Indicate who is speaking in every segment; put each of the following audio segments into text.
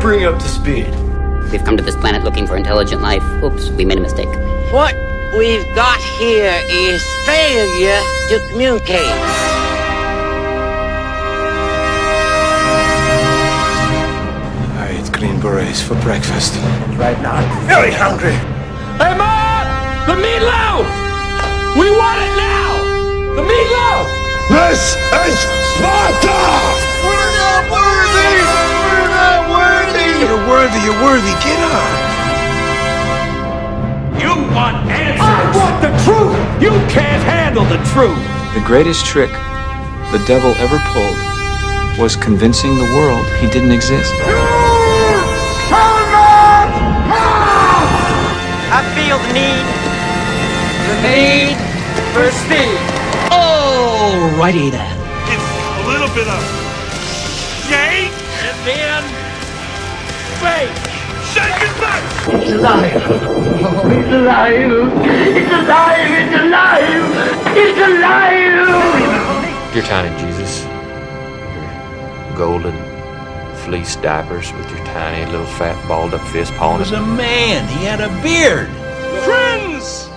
Speaker 1: bring up to speed.
Speaker 2: We've come to this planet looking for intelligent life. Oops, we made a mistake.
Speaker 3: What we've got here is failure to communicate.
Speaker 1: I ate green berets for breakfast.
Speaker 4: Right now, I'm
Speaker 1: Very hungry.
Speaker 5: Hey, Mom! The meatloaf! We want it now! The meatloaf!
Speaker 1: This is Sparta!
Speaker 4: We're not worthy! We're not worthy!
Speaker 1: You're worthy, you're worthy. Get up.
Speaker 5: You want answers! I want the truth! You can't handle the truth!
Speaker 6: The greatest trick the devil ever pulled was convincing the world he didn't exist.
Speaker 3: I feel the need. The need for speed. Alrighty then.
Speaker 7: It's a little bit of shake and then fake. Shake it back.
Speaker 8: Your tiny Jesus. Your golden fleece diapers with your tiny little fat balled up fist pawing at
Speaker 4: a man. He had a beard.
Speaker 5: Friends!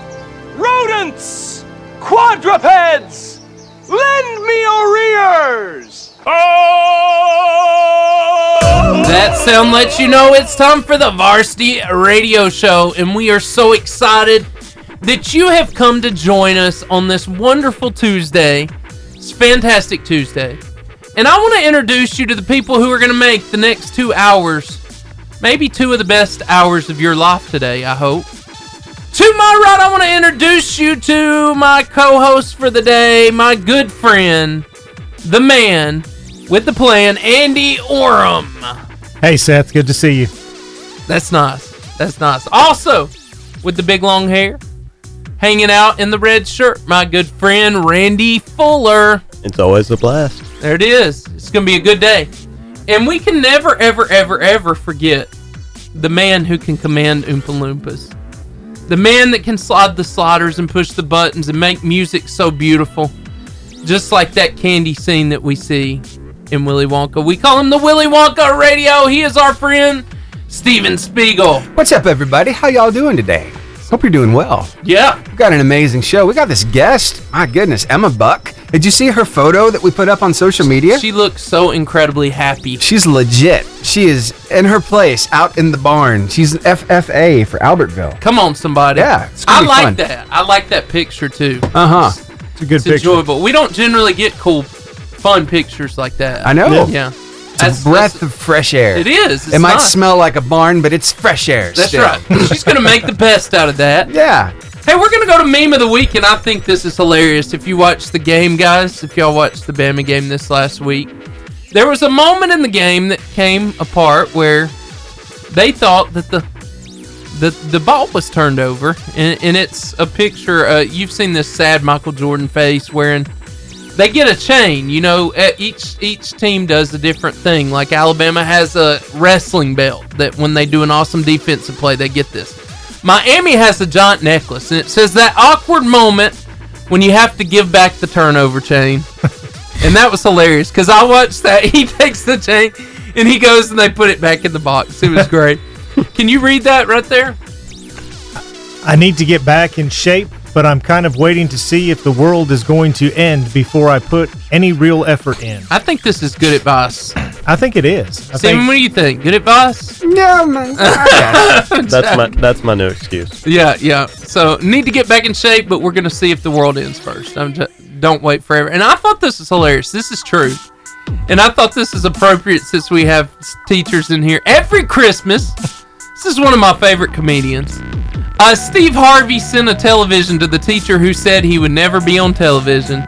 Speaker 5: Rodents! Quadrupeds! Lend me your ears!
Speaker 7: Oh!
Speaker 9: That sound lets you know it's time for the Varsity Radio Show, and we are so excited that you have come to join us on this wonderful Tuesday. It's fantastic Tuesday. And I want to introduce you to the people who are going to make the next two hours, maybe two of the best hours of your life today, I hope. To my right, I want to introduce you to my co host for the day, my good friend, the man with the plan, Andy Oram.
Speaker 10: Hey, Seth, good to see you.
Speaker 9: That's nice. That's nice. Also, with the big long hair, hanging out in the red shirt, my good friend Randy Fuller.
Speaker 11: It's always a blast.
Speaker 9: There it is. It's going to be a good day. And we can never, ever, ever, ever forget the man who can command Oompa Loompas. The man that can slide the sliders and push the buttons and make music so beautiful. Just like that candy scene that we see in Willy Wonka. We call him the Willy Wonka Radio. He is our friend, Steven Spiegel.
Speaker 12: What's up, everybody? How y'all doing today? Hope you're doing well.
Speaker 9: Yeah.
Speaker 12: We've got an amazing show. We got this guest. My goodness, Emma Buck. Did you see her photo that we put up on social media?
Speaker 9: She looks so incredibly happy.
Speaker 12: She's legit. She is in her place out in the barn. She's an FFA for Albertville.
Speaker 9: Come on, somebody.
Speaker 12: Yeah, it's gonna
Speaker 9: I
Speaker 12: be
Speaker 9: like
Speaker 12: fun.
Speaker 9: that. I like that picture too.
Speaker 12: Uh huh.
Speaker 10: It's a good
Speaker 9: It's
Speaker 10: picture.
Speaker 9: enjoyable. We don't generally get cool, fun pictures like that.
Speaker 12: I know.
Speaker 9: Yeah.
Speaker 12: It's a breath of fresh air.
Speaker 9: It is. It's
Speaker 12: it might
Speaker 9: nice.
Speaker 12: smell like a barn, but it's fresh air.
Speaker 9: That's
Speaker 12: still.
Speaker 9: right. She's gonna make the best out of that.
Speaker 12: Yeah.
Speaker 9: Hey, we're gonna go to meme of the week, and I think this is hilarious. If you watched the game, guys, if y'all watched the Bama game this last week, there was a moment in the game that came apart where they thought that the the the ball was turned over, and, and it's a picture. Uh, you've seen this sad Michael Jordan face wearing. They get a chain, you know. uh, Each each team does a different thing. Like Alabama has a wrestling belt that when they do an awesome defensive play, they get this. Miami has a giant necklace, and it says that awkward moment when you have to give back the turnover chain. and that was hilarious because I watched that. He takes the chain and he goes and they put it back in the box. It was great. Can you read that right there?
Speaker 10: I need to get back in shape, but I'm kind of waiting to see if the world is going to end before I put any real effort in.
Speaker 9: I think this is good advice.
Speaker 10: I think it is. I
Speaker 9: Simon,
Speaker 10: think
Speaker 9: what do you think? Good advice?
Speaker 12: No, man. I got it.
Speaker 11: That's my that's my new excuse.
Speaker 9: Yeah, yeah. So need to get back in shape, but we're gonna see if the world ends first. I'm just, don't wait forever. And I thought this was hilarious. This is true, and I thought this is appropriate since we have s- teachers in here every Christmas. This is one of my favorite comedians. Uh, Steve Harvey sent a television to the teacher who said he would never be on television.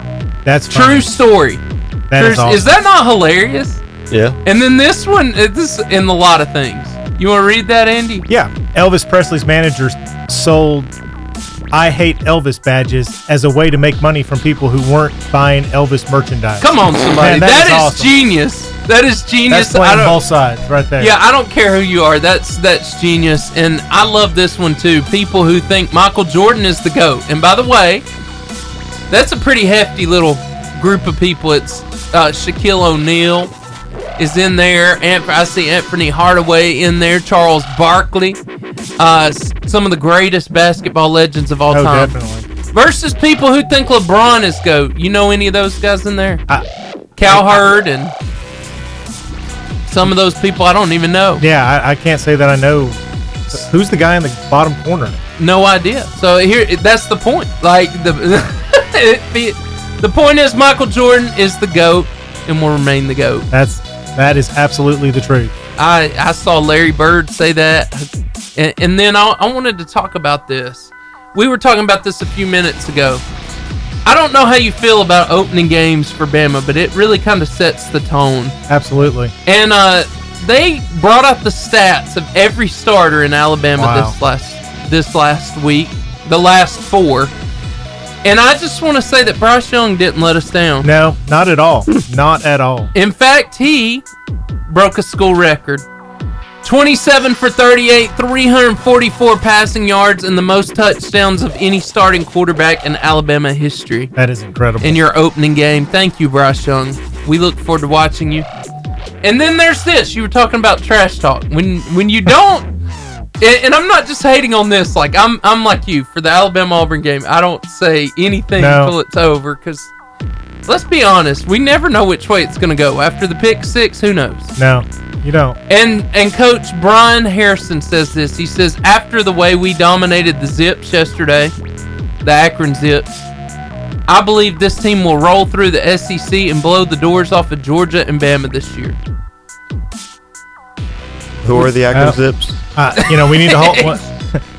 Speaker 10: that's
Speaker 9: True story.
Speaker 10: True. That
Speaker 9: True-
Speaker 10: is, awesome.
Speaker 9: is that not hilarious?
Speaker 11: Yeah.
Speaker 9: And then this one, uh, this in a lot of things. You want to read that, Andy?
Speaker 10: Yeah, Elvis Presley's manager sold "I Hate Elvis" badges as a way to make money from people who weren't buying Elvis merchandise.
Speaker 9: Come on, somebody.
Speaker 10: Man, that
Speaker 9: that is,
Speaker 10: is awesome.
Speaker 9: genius. That is genius.
Speaker 10: that's
Speaker 9: I
Speaker 10: playing
Speaker 9: don't-
Speaker 10: both sides right there.
Speaker 9: yeah, I don't care who you are. That's that's genius, and I love this one too. People who think Michael Jordan is the goat, and by the way, that's a pretty hefty little group of people. It's uh, Shaquille O'Neal, is in there. Anf- I see Anthony Hardaway in there. Charles Barkley, uh, s- some of the greatest basketball legends of all
Speaker 10: Oh,
Speaker 9: time.
Speaker 10: definitely.
Speaker 9: Versus people who think LeBron is goat. You know any of those guys in there? Cowherd and some of those people I don't even know.
Speaker 10: Yeah, I, I can't say that I know. Who's the guy in the bottom corner?
Speaker 9: No idea. So here, that's the point. Like the it, the, the point is Michael Jordan is the goat and will remain the goat.
Speaker 10: That's that is absolutely the truth.
Speaker 9: I I saw Larry Bird say that, and, and then I, I wanted to talk about this. We were talking about this a few minutes ago. I don't know how you feel about opening games for Bama, but it really kind of sets the tone.
Speaker 10: Absolutely.
Speaker 9: And uh, they brought up the stats of every starter in Alabama
Speaker 10: Wow.
Speaker 9: this last this last week, the last four. And I just want to say that Bryce Young didn't let us down.
Speaker 10: No, not at all. not at all.
Speaker 9: In fact, he broke a school record. 27 for 38, 344 passing yards, and the most touchdowns of any starting quarterback in Alabama history
Speaker 10: That is incredible.
Speaker 9: in your opening game. Thank you, Bryce Young. We look forward to watching you. And then there's this. You were talking about trash talk. When when you don't, and, and I'm not just hating on this. Like I'm I'm like you for the Alabama Auburn game. I don't say anything
Speaker 10: No.
Speaker 9: until it's over because let's be honest, we never know which way it's gonna go. After the pick six, who knows?
Speaker 10: No, you don't.
Speaker 9: And and coach Brian Harrison says this. He says after the way we dominated the Zips yesterday, the Akron Zips, I believe this team will roll through the SEC and blow the doors off of Georgia and Bama this year.
Speaker 11: Who are the Akron
Speaker 10: Uh,
Speaker 11: Zips?
Speaker 10: Uh, you know, we need to hold.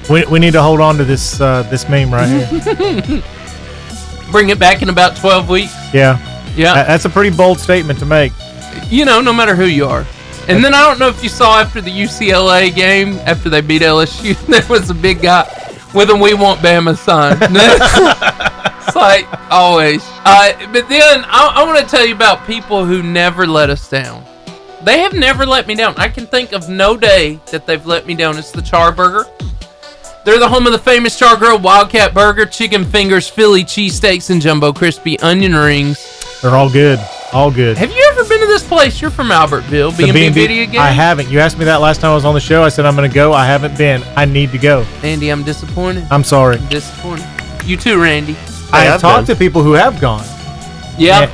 Speaker 10: we, we need to hold on to this uh, this meme right here.
Speaker 9: Bring it back in about 12 weeks.
Speaker 10: Yeah.
Speaker 9: Yeah.
Speaker 10: That- that's a pretty bold statement to make.
Speaker 9: You know, no matter who you are. And then I don't know if you saw after the UCLA game, after they beat LSU, there was a big guy with a "We Want Bama" sign. it's like always. Uh, but then I, I want to tell you about people who never let us down. They have never let me down. I can think of no day that they've let me down. It's the Charburger. They're the home of the famous Char Grill Wildcat Burger, chicken fingers, Philly cheesesteaks, and jumbo crispy onion rings.
Speaker 10: They're all good. All good.
Speaker 9: Have you ever been to this place? You're from Albertville,
Speaker 10: The
Speaker 9: B&B,
Speaker 10: B&B
Speaker 9: Video Game.
Speaker 10: I haven't. You asked me that last time I was on the show. I said I'm going to go. I haven't been. I need to go.
Speaker 9: Andy, I'm disappointed.
Speaker 10: I'm sorry.
Speaker 9: I'm disappointed. You too, Randy.
Speaker 10: I have talked to people who have gone.
Speaker 9: Yeah.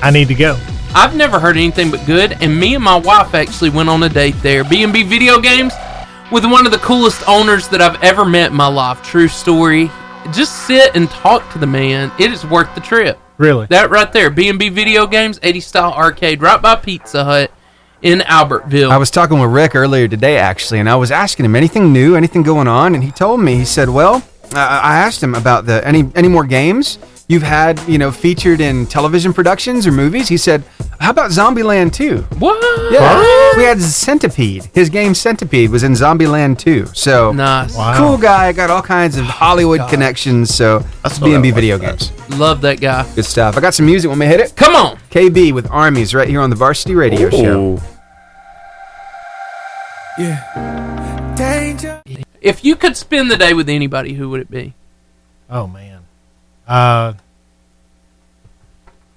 Speaker 10: I need to go.
Speaker 9: I've never heard anything but good, and me and my wife actually went on a date there. B&B Video Games with one of the coolest owners that I've ever met in my life. True story. Just sit and talk to the man. It is worth the trip.
Speaker 10: Really?
Speaker 9: That right there, B&B Video Games, 80 Style Arcade, right by Pizza Hut in Albertville.
Speaker 12: I was talking with Rick earlier today, actually, and I was asking him anything new, anything going on, and he told me. He said, "Well, I, I asked him about the any any more games you've had, you know, featured in television productions or movies." He said, "How about Zombieland 2?"
Speaker 9: What?
Speaker 12: Yeah, we had Centipede. His game Centipede was in Zombieland 2. So
Speaker 9: nice,
Speaker 12: cool guy. Got all kinds of Hollywood connections. So Oh that's B and B video games.
Speaker 9: Love that guy.
Speaker 12: Good stuff. I got some music. When we hit it,
Speaker 9: come on.
Speaker 12: KB with Armies right here on the Varsity Radio Show.
Speaker 9: If you could spend the day with anybody, who would it be?
Speaker 10: Oh man, uh,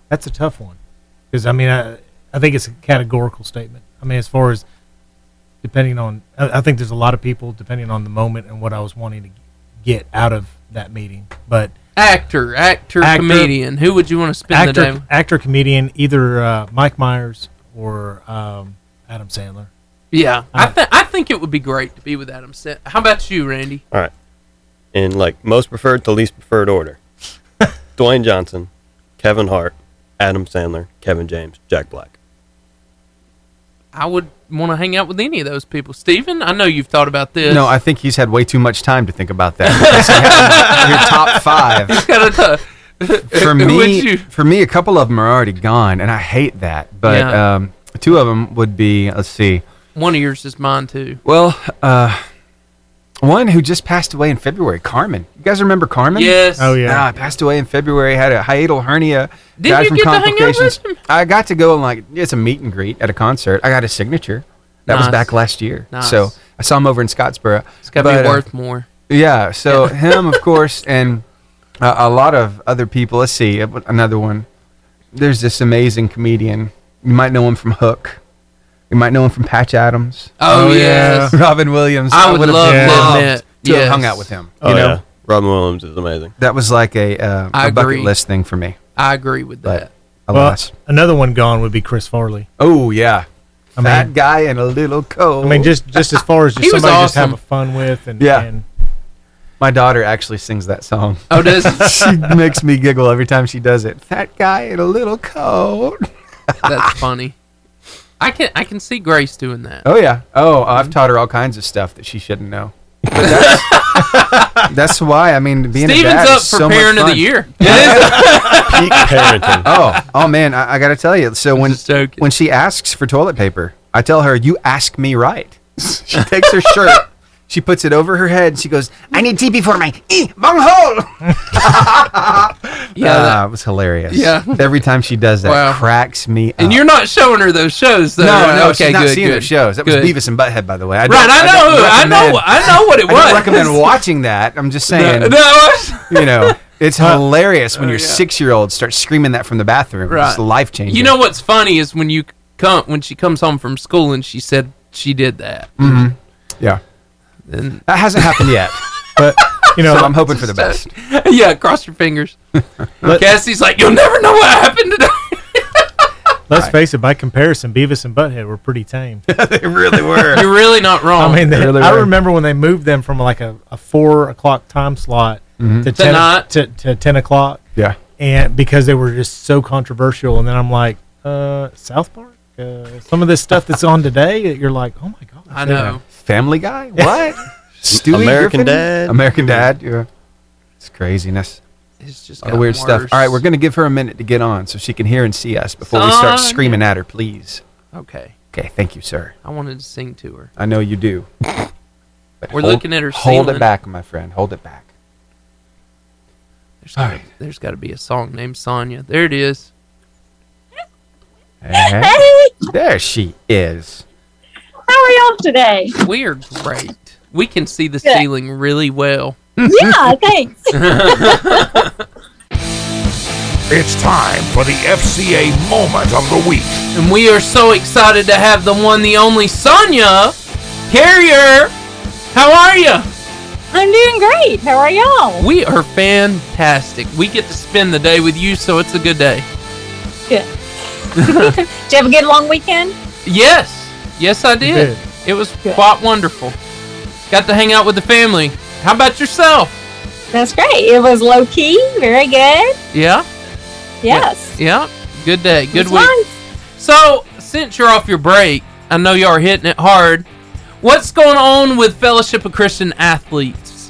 Speaker 10: that's a tough one because I mean I, I think it's a categorical statement. I mean as far as depending on I, I think there's a lot of people depending on the moment and what I was wanting to get out of that meeting. But
Speaker 9: Actor, actor,
Speaker 10: Actor.
Speaker 9: comedian. Who would you want to spend the day
Speaker 10: actor
Speaker 9: with?
Speaker 10: actor comedian either uh, Mike Myers or um, Adam Sandler.
Speaker 9: Yeah, I, th- I think it would be great to be with Adam Sandler. How about you, Randy?
Speaker 11: All right. In like most preferred to least preferred order. Dwayne Johnson, Kevin Hart, Adam Sandler, Kevin James, Jack Black.
Speaker 9: I would want to hang out with any of those people. Steven, I know you've thought about this.
Speaker 12: No, I think he's had way too much time to think about that. Your top five.
Speaker 9: gotta
Speaker 12: for
Speaker 9: Would
Speaker 12: me,
Speaker 9: you-
Speaker 12: for me, a couple of them are already gone, and I hate that. But
Speaker 9: Yeah.
Speaker 12: um, two of them would be. Let's see.
Speaker 9: One of yours is mine too.
Speaker 12: Well, uh, one who just passed away in February, Carmen. You guys remember Carmen?
Speaker 9: Yes. Oh, yeah.
Speaker 12: Ah, passed away in February. Had a hiatal hernia.
Speaker 9: Did
Speaker 12: died
Speaker 9: you
Speaker 12: from
Speaker 9: get to hang out with
Speaker 12: complications. I got to go and like it's a meet and greet at a concert. I got a signature. That was
Speaker 9: Nice.
Speaker 12: back last year.
Speaker 9: Nice.
Speaker 12: So I saw him over in Scottsboro.
Speaker 9: It's gotta
Speaker 12: But,
Speaker 9: be
Speaker 12: uh,
Speaker 9: worth more.
Speaker 12: yeah. So him, of course, and uh, a lot of other people. Let's see uh, another one. There's this amazing comedian. You might know him from Hook. You might know him from Patch Adams.
Speaker 9: Oh, Oh, yes. yeah.
Speaker 12: Robin Williams.
Speaker 9: I would
Speaker 12: would've
Speaker 9: love to
Speaker 12: loved
Speaker 9: admit,
Speaker 12: to have hung
Speaker 9: yes.
Speaker 12: out with him.
Speaker 13: Oh,
Speaker 12: you know,
Speaker 13: yeah. Robin Williams is amazing.
Speaker 12: that was like a, uh,
Speaker 9: I
Speaker 12: a bucket
Speaker 9: agree.
Speaker 12: list thing for me.
Speaker 9: I agree with that.
Speaker 12: Alas.
Speaker 14: another one gone would be Chris Farley.
Speaker 12: Oh yeah,
Speaker 14: I
Speaker 12: Fat
Speaker 14: mean,
Speaker 12: guy and a little cold.
Speaker 14: I mean, just just as far as
Speaker 12: He
Speaker 14: just
Speaker 12: was
Speaker 14: somebody just
Speaker 12: awesome.
Speaker 14: having fun with and
Speaker 12: Yeah.
Speaker 14: and
Speaker 12: My daughter actually sings that song.
Speaker 9: Oh, does
Speaker 12: she makes me giggle every time she does it. Fat guy and a little coat.
Speaker 9: That's funny. I can I can see Grace doing that.
Speaker 12: Oh yeah. Oh, I've taught her all kinds of stuff that she shouldn't know. But That's, that's why I mean being a
Speaker 9: Steven's
Speaker 12: dad
Speaker 9: up
Speaker 12: is
Speaker 9: for
Speaker 12: so much
Speaker 9: parent of the
Speaker 12: fun.
Speaker 9: year.
Speaker 13: Peak parenting.
Speaker 12: Oh, oh man, I, I got to tell you. So when when she asks for toilet paper, I tell her, "You ask me right." she takes her shirt, she puts it over her head, and she goes, "I need TP for my eh, bunghole."
Speaker 9: Yeah,
Speaker 12: Ah,
Speaker 9: that-
Speaker 12: it was hilarious.
Speaker 9: Yeah.
Speaker 12: every time she does that,
Speaker 9: Wow.
Speaker 12: cracks me.
Speaker 9: And you're not showing her those shows, though.
Speaker 12: Oh. No,
Speaker 9: right?
Speaker 12: no,
Speaker 9: okay,
Speaker 12: she's not
Speaker 9: good,
Speaker 12: seeing
Speaker 9: good.
Speaker 12: her shows. That was
Speaker 9: good.
Speaker 12: Beavis and Butthead, by the way. I
Speaker 9: Right, I know who- I
Speaker 12: recommend-
Speaker 9: know- I know what it
Speaker 12: I
Speaker 9: was.
Speaker 12: don't recommend watching that. I'm just saying.
Speaker 9: No, no, I-
Speaker 12: you know, it's hilarious when your six year old starts screaming that from the bathroom. It's
Speaker 9: Right.
Speaker 12: life changing.
Speaker 9: You know what's funny is when you come when she comes home from school and she said she did that.
Speaker 12: hmm Yeah.
Speaker 9: Then
Speaker 12: That hasn't happened yet, but you know, I'm hoping for the best.
Speaker 9: yeah, cross your fingers. Cassie's like, you'll never know what happened today.
Speaker 14: let's face it, by comparison, Beavis and Butthead were pretty tame.
Speaker 12: they really were.
Speaker 9: You're really not wrong.
Speaker 14: I mean, they,
Speaker 9: really
Speaker 14: I remember when they moved them from like a, a four o'clock time slot
Speaker 9: Mhm.
Speaker 14: to
Speaker 9: To
Speaker 14: ten
Speaker 9: not-
Speaker 14: to, to ten o'clock.
Speaker 12: Yeah.
Speaker 14: and because they were just so controversial, and then I'm like, uh, South Park. Uh, some of this stuff that's on today, that you're like, oh my god,
Speaker 9: I know.
Speaker 12: Family Guy? What? Stewie
Speaker 13: American
Speaker 12: Griffin?
Speaker 13: Dad.
Speaker 12: American Dad. Yeah. It's craziness.
Speaker 9: It's just
Speaker 12: All the weird stuff. All right, we're going to give her a minute to get on so she can hear and see us before we start
Speaker 9: Son.
Speaker 12: screaming at her, please.
Speaker 9: Okay,
Speaker 12: Okay, thank you, sir.
Speaker 9: I wanted to sing to her.
Speaker 12: I know you do. But
Speaker 9: We're
Speaker 12: hold-
Speaker 9: looking at her
Speaker 12: Hold
Speaker 9: ceiling.
Speaker 12: it back, my friend. Hold it back.
Speaker 9: There's gotta, there's got to be a song named Sonya. There it is.
Speaker 12: Hey. there she is.
Speaker 10: How are y'all today?
Speaker 9: We are great. We can see the
Speaker 10: Good.
Speaker 9: ceiling really well.
Speaker 10: yeah, thanks.
Speaker 11: It's time for the FCA moment of the week.
Speaker 9: And we are so excited to have the one, the only Sonya Carrier. How are you?
Speaker 10: I'm doing great. How are y'all?
Speaker 9: We are fantastic. We get to spend the day with you, so it's a good day.
Speaker 10: Good. Did you have a good long weekend?
Speaker 9: Yes, yes, I did.
Speaker 10: did.
Speaker 9: It was quite wonderful. Got to hang out with the family. How about yourself?
Speaker 10: That's great. It was low key. Very good.
Speaker 9: Yeah,
Speaker 10: Yes.
Speaker 9: yeah. Good day. Good
Speaker 10: It's
Speaker 9: week.
Speaker 10: nice.
Speaker 9: So, since you're off your break, I know you are hitting it hard. What's going on with Fellowship of Christian Athletes?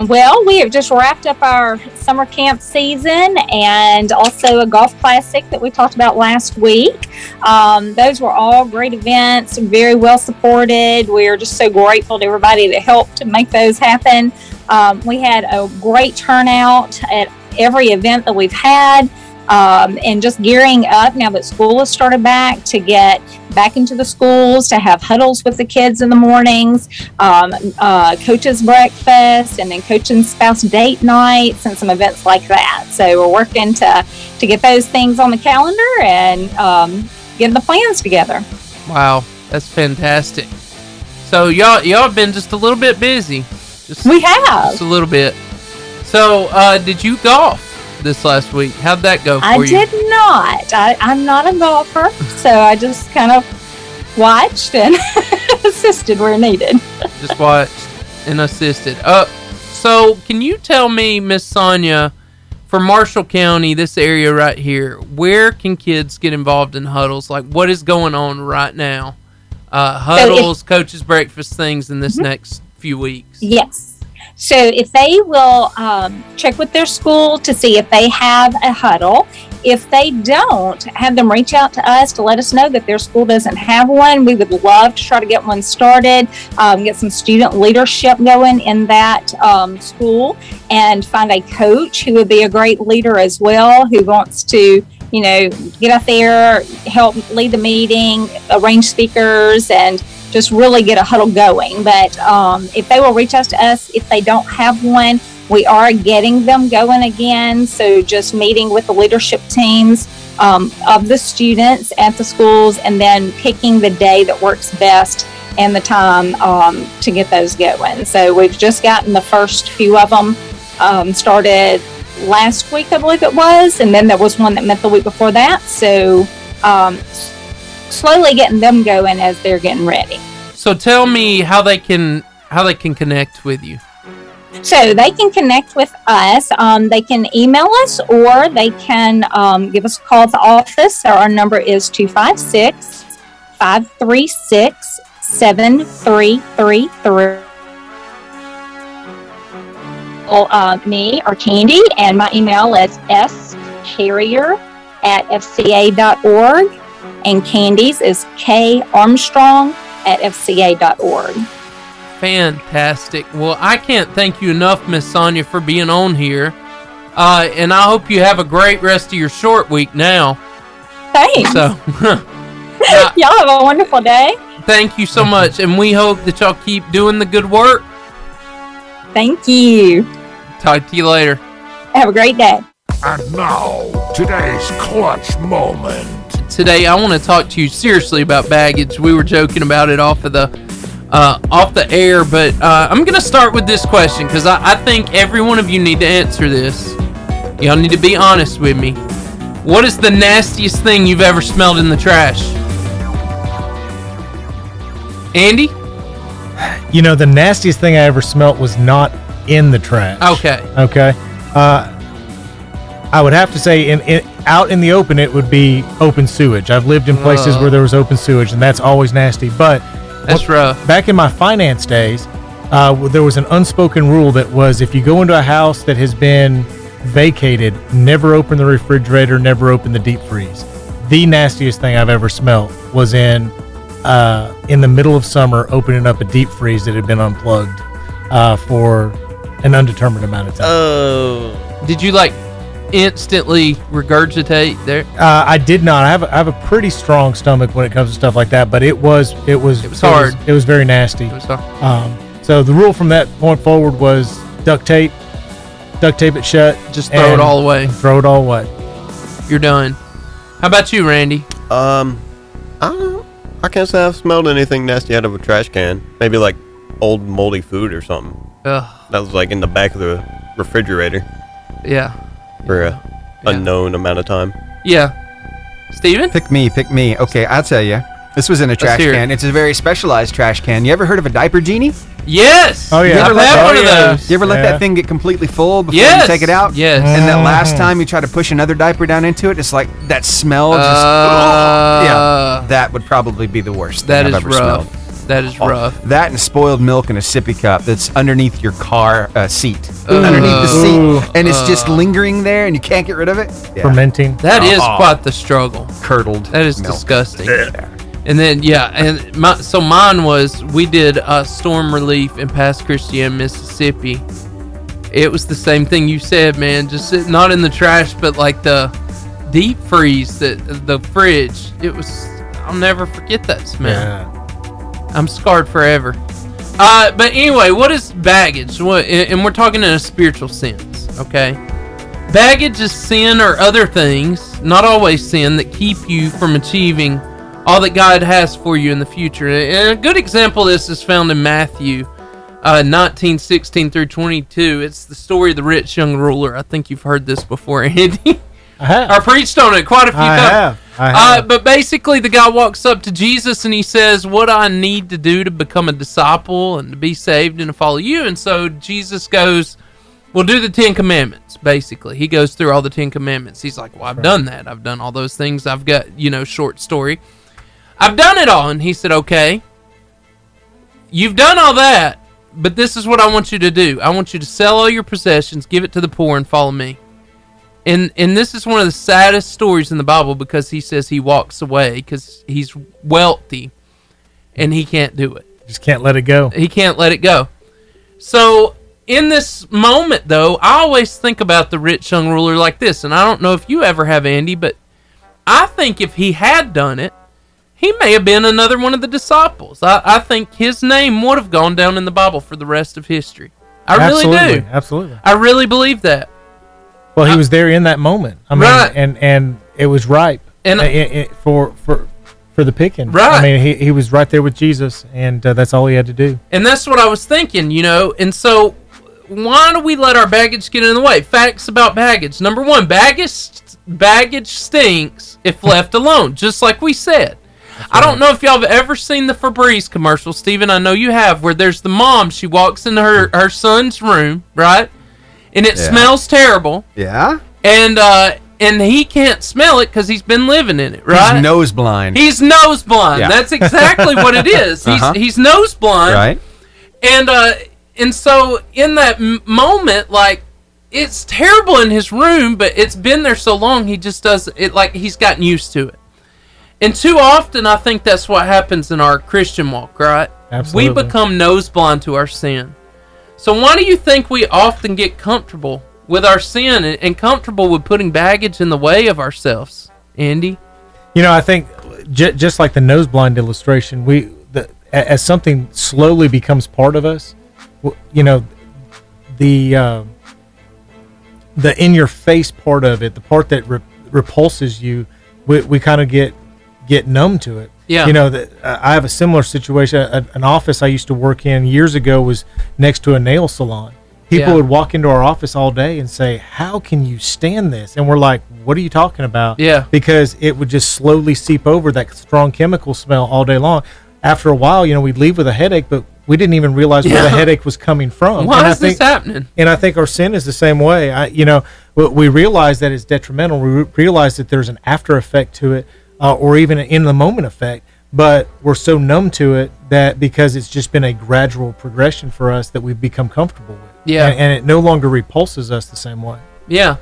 Speaker 10: Well, we have just wrapped up our summer camp season and also a golf classic that we talked about last week. Um, those were all great events, very well supported. We are just so grateful to everybody that helped to make those happen. Um, we had a great turnout at every event that we've had. Um, and just gearing up now that school has started back to get back into the schools, to have huddles with the kids in the mornings, um, uh, coaches breakfast and then coach and spouse date nights and some events like that. So we're working to to get those things on the calendar and um, getting the plans together.
Speaker 9: Wow, that's fantastic. So y'all y'all have been just a little bit busy. Just,
Speaker 10: We have.
Speaker 9: just a little bit. So, uh, did you golf this last week? How'd that go for
Speaker 10: I
Speaker 9: you?
Speaker 10: did not. I, I'm not a golfer, so I just kind of watched and assisted where needed.
Speaker 9: just watched and assisted. Uh, so can you tell me, Miss Sonia, for Marshall County, this area right here, where can kids get involved in huddles? Like, what is going on right now? Uh,
Speaker 10: if- Mm-hmm.
Speaker 9: huddles, coaches' breakfast, things in this next few weeks.
Speaker 10: Yes. So if they will um, check with their school to see if they have a huddle. If they don't, have them reach out to us to let us know that their school doesn't have one. We would love to try to get one started, um, get some student leadership going in that um, school, and find a coach who would be a great leader as well, who wants to, you know, get out there, help lead the meeting, arrange speakers, and just really get a huddle going. But um, if they will reach out to us, if they don't have one, we are getting them going again. So just meeting with the leadership teams
Speaker 15: um, of the students at the schools and then picking the day that works best and the time um, to get those going. So we've just gotten the first few of them um, started last week, I believe it was, and then there was one that met the week before that. So um, s- slowly getting them going as they're getting ready.
Speaker 9: So tell me how they can how they can connect with you.
Speaker 15: So they can connect with us. Um, they can email us or they can um, give us a call at the office. So our number is 256 536 7333. Uh, me or Candy, and my email is scarrier at fca.org, and Candy's is karmstrong at fca.org.
Speaker 9: Fantastic. Well, I can't thank you enough, Miss Sonia, for being on here. Uh, and I hope you have a great rest of your short week now.
Speaker 15: Thanks.
Speaker 9: So,
Speaker 15: Y'all have a wonderful day.
Speaker 9: thank you so much. And we hope that y'all keep doing the good work.
Speaker 15: Thank you.
Speaker 9: Talk to you later.
Speaker 15: Have a great day.
Speaker 16: And now, today's clutch moment.
Speaker 9: today i want to talk to you seriously about baggage we were joking about it off of the uh, off the air but uh, i'm gonna start with this question because I, I think every one of you need to answer this y'all need to be honest with me what is the nastiest thing you've ever smelled in the trash andy
Speaker 10: You know, the nastiest thing I ever smelt was not in the trash.
Speaker 9: okay
Speaker 10: Okay. Uh, I would have to say, in, in out in the open, it would be open sewage. I've lived in places
Speaker 9: Ugh.
Speaker 10: where there was open sewage, and that's always nasty. But
Speaker 9: Uh. That's rough.
Speaker 10: Back in my finance days, uh, w- there was an unspoken rule that was if you go into a house that has been vacated, never open the refrigerator, never open the deep freeze. The nastiest thing I've ever smelt was in uh, in the middle of summer, opening up a deep freeze that had been unplugged uh, for an undetermined amount of time.
Speaker 9: oh did you like instantly regurgitate there
Speaker 10: Uh, I did not. I have, a, I have a pretty strong stomach when it comes to stuff like that, but it was it was it
Speaker 9: was hard.
Speaker 10: It was, very nasty. It
Speaker 9: was hard.
Speaker 10: Um, so the rule from that point forward was duct tape, duct tape it shut.
Speaker 9: Just throw it
Speaker 10: and
Speaker 9: all away.
Speaker 10: Throw it all away.
Speaker 9: you're done how about you randy
Speaker 11: Um, I don't know. Uh, I can't say I've smelled anything nasty out of a trash can. Maybe like old moldy food or something.
Speaker 9: Ugh.
Speaker 11: That was like in the back of the refrigerator
Speaker 9: yeah
Speaker 11: for a unknown amount of time.
Speaker 9: yeah steven
Speaker 12: Pick me, pick me. Okay, I'll tell you. This was in a trash
Speaker 9: hear it.
Speaker 12: can. It's a very specialized trash can. You ever heard of a diaper genie?
Speaker 9: yes
Speaker 10: Oh,
Speaker 12: You ever
Speaker 9: i've
Speaker 12: let
Speaker 9: had
Speaker 12: that-
Speaker 9: one of those
Speaker 12: You ever let
Speaker 9: Yeah.
Speaker 12: that thing get completely full before
Speaker 9: Yes.
Speaker 12: you take it out?
Speaker 9: Yes.
Speaker 12: And that last
Speaker 9: Mhm.
Speaker 12: time you try to push another diaper down into it, it's like that smell just. yeah. That would probably be the worst.
Speaker 9: Uh, That
Speaker 12: thing
Speaker 9: is
Speaker 12: I've ever
Speaker 9: rough.
Speaker 12: Smelled. Oh,
Speaker 9: That is rough.
Speaker 12: That and spoiled milk in a sippy cup that's underneath your car uh, seat,
Speaker 9: Ooh.
Speaker 12: underneath the seat,
Speaker 9: Ooh.
Speaker 12: and it's just
Speaker 9: Uh.
Speaker 12: lingering there, and you can't get rid of it.
Speaker 10: Fermenting.
Speaker 9: That is
Speaker 12: Uh-uh.
Speaker 9: quite the struggle.
Speaker 12: Curdled.
Speaker 9: That is
Speaker 12: milk.
Speaker 9: disgusting. And then yeah, and my, so mine was we did uh, storm relief in Pass Christian, Mississippi. It was the same thing you said, man. Just sit- not in the trash, but like the deep freeze that the fridge. It was. I'll never forget that smell. I'm scarred forever. Uh, but anyway, what is baggage? What, and and we're talking in a spiritual sense, okay? Baggage is sin or other things, not always sin, that keep you from achieving all that God has for you in the future. And a good example of this is found in Matthew uh, 19, 16 through 22. It's the story of the rich young ruler. I think you've heard this before, Andy.
Speaker 10: I have.
Speaker 9: I preached on it quite a few
Speaker 10: I
Speaker 9: times.
Speaker 10: have. I have.
Speaker 9: Uh, but basically, the guy walks up to Jesus and he says, "What do I need to do to become a disciple and to be saved and to follow you?" And so Jesus goes, "Well, do the Ten Commandments." Basically, he goes through all the Ten Commandments. He's like, "Well, I've done that. I've done all those things. I've got you know, short story. I've done it all." And he said, "Okay, you've done all that, but this is what I want you to do. I want you to sell all your possessions, give it to the poor, and follow me." and and this is one of the saddest stories in the Bible because he says he walks away because he's wealthy, and he can't do it.
Speaker 10: Just can't let it go.
Speaker 9: He can't let it go. So in this moment, though, I always think about the rich young ruler like this, and I don't know if you ever have Andy, but I think if he had done it, he may have been another one of the disciples. I, I think his name would have gone down in the Bible for the rest of history. I really
Speaker 10: Absolutely.
Speaker 9: do.
Speaker 10: Absolutely.
Speaker 9: I really believe that.
Speaker 10: Well, he was there in that moment. I mean,
Speaker 9: Right.
Speaker 10: and and it was ripe
Speaker 9: And-
Speaker 10: uh, it- it- for for for the picking.
Speaker 9: Right.
Speaker 10: I mean, he, he was right there with Jesus, and uh, that's all he had to do.
Speaker 9: And that's what I was thinking, you know. And so, why do we let our baggage get in the way? Facts about baggage. Number one, baggage baggage stinks if left alone, just like we said. I don't know if y'all have ever seen the Febreze commercial, Steven. I know you have, where there's the mom. She walks into her her son's room, right, and it
Speaker 12: Yeah.
Speaker 9: smells terrible,
Speaker 12: Yeah?
Speaker 9: and uh, and he can't smell it because he's been living in it, right?
Speaker 12: He's nose blind.
Speaker 9: He's nose blind.
Speaker 12: Yeah.
Speaker 9: That's exactly what it is. He's
Speaker 12: Uh-huh.
Speaker 9: he's nose blind.
Speaker 12: Right.
Speaker 9: And uh and so in that m- moment like it's terrible in his room, but it's been there so long he just does it like he's gotten used to it. And too often I think that's what happens in our Christian walk, right?
Speaker 10: Absolutely.
Speaker 9: We become nose blind to our sin. So why do you think we often get comfortable with our sin and, and comfortable with putting baggage in the way of ourselves, Andy?
Speaker 10: You know, I think j- just like the nose blind illustration, we the, a- as something slowly becomes part of us. w- You know, the uh, the in your face part of it, the part that re- repulses you, we, we kind of get get numb to it.
Speaker 9: Yeah.
Speaker 10: You know, that uh, I have a similar situation. A, an office I used to work in years ago was next to a nail salon. People
Speaker 9: Yeah.
Speaker 10: would walk into our office all day and say, "How can you stand this?" And we're like, "What are you talking about?"
Speaker 9: Yeah.
Speaker 10: because it would just slowly seep over that strong chemical smell all day long. After a while, you know, we'd leave with a headache, but we didn't even realize where the
Speaker 9: Yeah.
Speaker 10: headache was coming from.
Speaker 9: Why
Speaker 10: And I
Speaker 9: is this
Speaker 10: think-
Speaker 9: happening?
Speaker 10: and I think our sin is the same way. I, you know, we, we realize that it's detrimental. We re- realize that there's an after effect to it, uh, or even an in the moment effect. But we're so numb to it that because it's just been a gradual progression for us that we've become comfortable with.
Speaker 9: Yeah.
Speaker 10: and, and it no longer repulses us the same way.
Speaker 9: Yeah.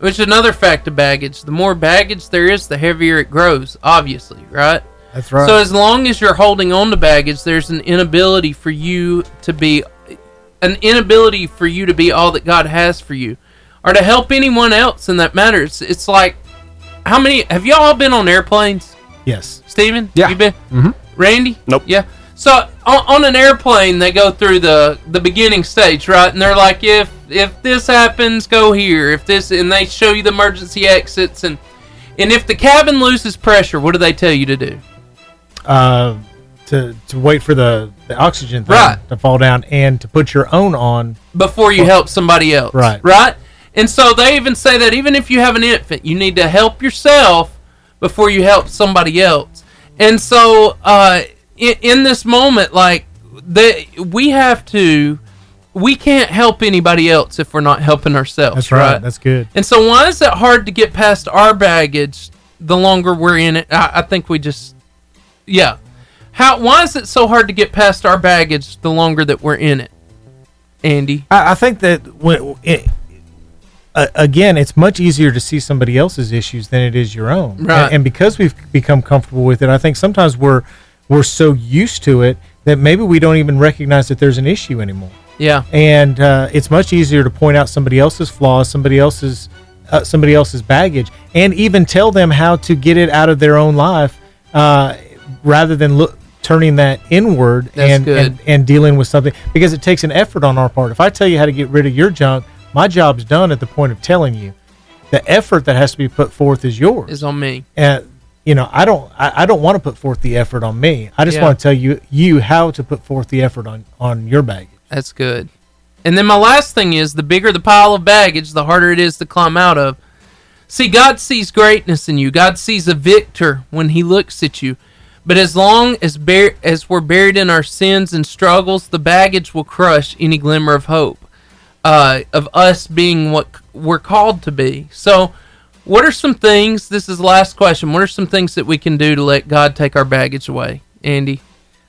Speaker 9: Which is another fact of baggage. The more baggage there is, the heavier it grows, obviously, right?
Speaker 10: That's right.
Speaker 9: So as long as you're holding on to baggage, there's an inability for you to be an inability for you to be all that God has for you. Or to help anyone else in that matter. It's it's like how many have y'all all been on airplanes?
Speaker 10: Yes.
Speaker 9: Steven?
Speaker 12: Yeah.
Speaker 9: You been?
Speaker 12: Mhm.
Speaker 9: Randy? Nope. Yeah. So on, on an airplane, they go through the the beginning stage, right? And they're like, if if this happens, go here. If this, and they show you the emergency exits, and and if the cabin loses pressure, what do they tell you to do?
Speaker 10: uh, to to wait for the, the oxygen thing
Speaker 9: Right.
Speaker 10: to fall down and to put your own on.
Speaker 9: before you help somebody else.
Speaker 10: Right.
Speaker 9: Right? And so they even say that even if you have an infant, you need to help yourself before you help somebody else. And so uh, in, in this moment, like, the, we have to, we can't help anybody else if we're not helping ourselves.
Speaker 10: That's right. That's good.
Speaker 9: And so, why is it hard to get past our baggage the longer we're in it? I, I think we just, yeah. How? Why is it so hard to get past our baggage the longer that we're in it, Andy?
Speaker 10: I, I think that when it, uh, again, it's much easier to see somebody else's issues than it is your own.
Speaker 9: Right.
Speaker 10: And, and because we've become comfortable with it, I think sometimes we're we're so used to it that maybe we don't even recognize that there's an issue anymore.
Speaker 9: Yeah.
Speaker 10: and uh, it's much easier to point out somebody else's flaws, somebody else's uh, somebody else's baggage, and even tell them how to get it out of their own life, uh, rather than look turning that inward
Speaker 9: That's
Speaker 10: and,
Speaker 9: good.
Speaker 10: and and dealing with something because it takes an effort on our part. If I tell you how to get rid of your junk, my job's done at the point of telling you. The effort that has to be put forth is yours
Speaker 9: Is on me.
Speaker 10: and you know i don't i, I don't want to put forth the effort on me i just
Speaker 9: Yeah.
Speaker 10: want to tell you you how to put forth the effort on on your baggage
Speaker 9: That's good. And then my last thing is the bigger the pile of baggage, the harder it is to climb out of. See, God sees greatness in you. God sees a victor when He looks at you. But as long as bur- as we're buried in our sins and struggles, the baggage will crush any glimmer of hope uh, of us being what c- we're called to be. So, what are some things? This is the last question. What are some things that we can do to let God take our baggage away, Andy?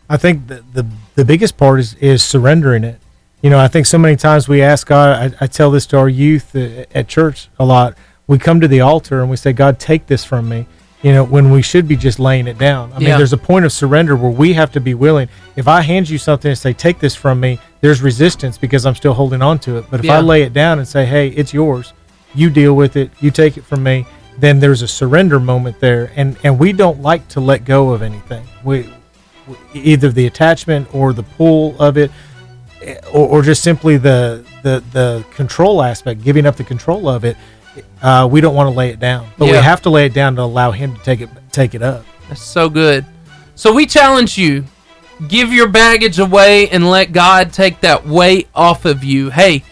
Speaker 10: I think the, the the biggest part is is surrendering it. You know, I think so many times we ask God. I, I tell this to our youth uh, at church a lot. We come to the altar and we say, "God, take this from me." You know, when we should be just laying it down. I mean,
Speaker 9: Yeah.
Speaker 10: there's a point of surrender where we have to be willing. If I hand you something and say, "Take this from me," there's resistance because I'm still holding on to it. But if
Speaker 9: Yeah.
Speaker 10: I lay it down and say, "Hey, it's yours. You deal with it. You take it from me," then there's a surrender moment there, and and we don't like to let go of anything. We either the attachment or the pull of it, eh, or, or just simply the, the the control aspect, giving up the control of it. uh, we don't want to lay it down, but we
Speaker 9: Yeah.
Speaker 10: have to lay it down to allow him to take it take it up.
Speaker 9: That's so good. So we challenge you. Give your baggage away and let God take that weight off of you. Hey,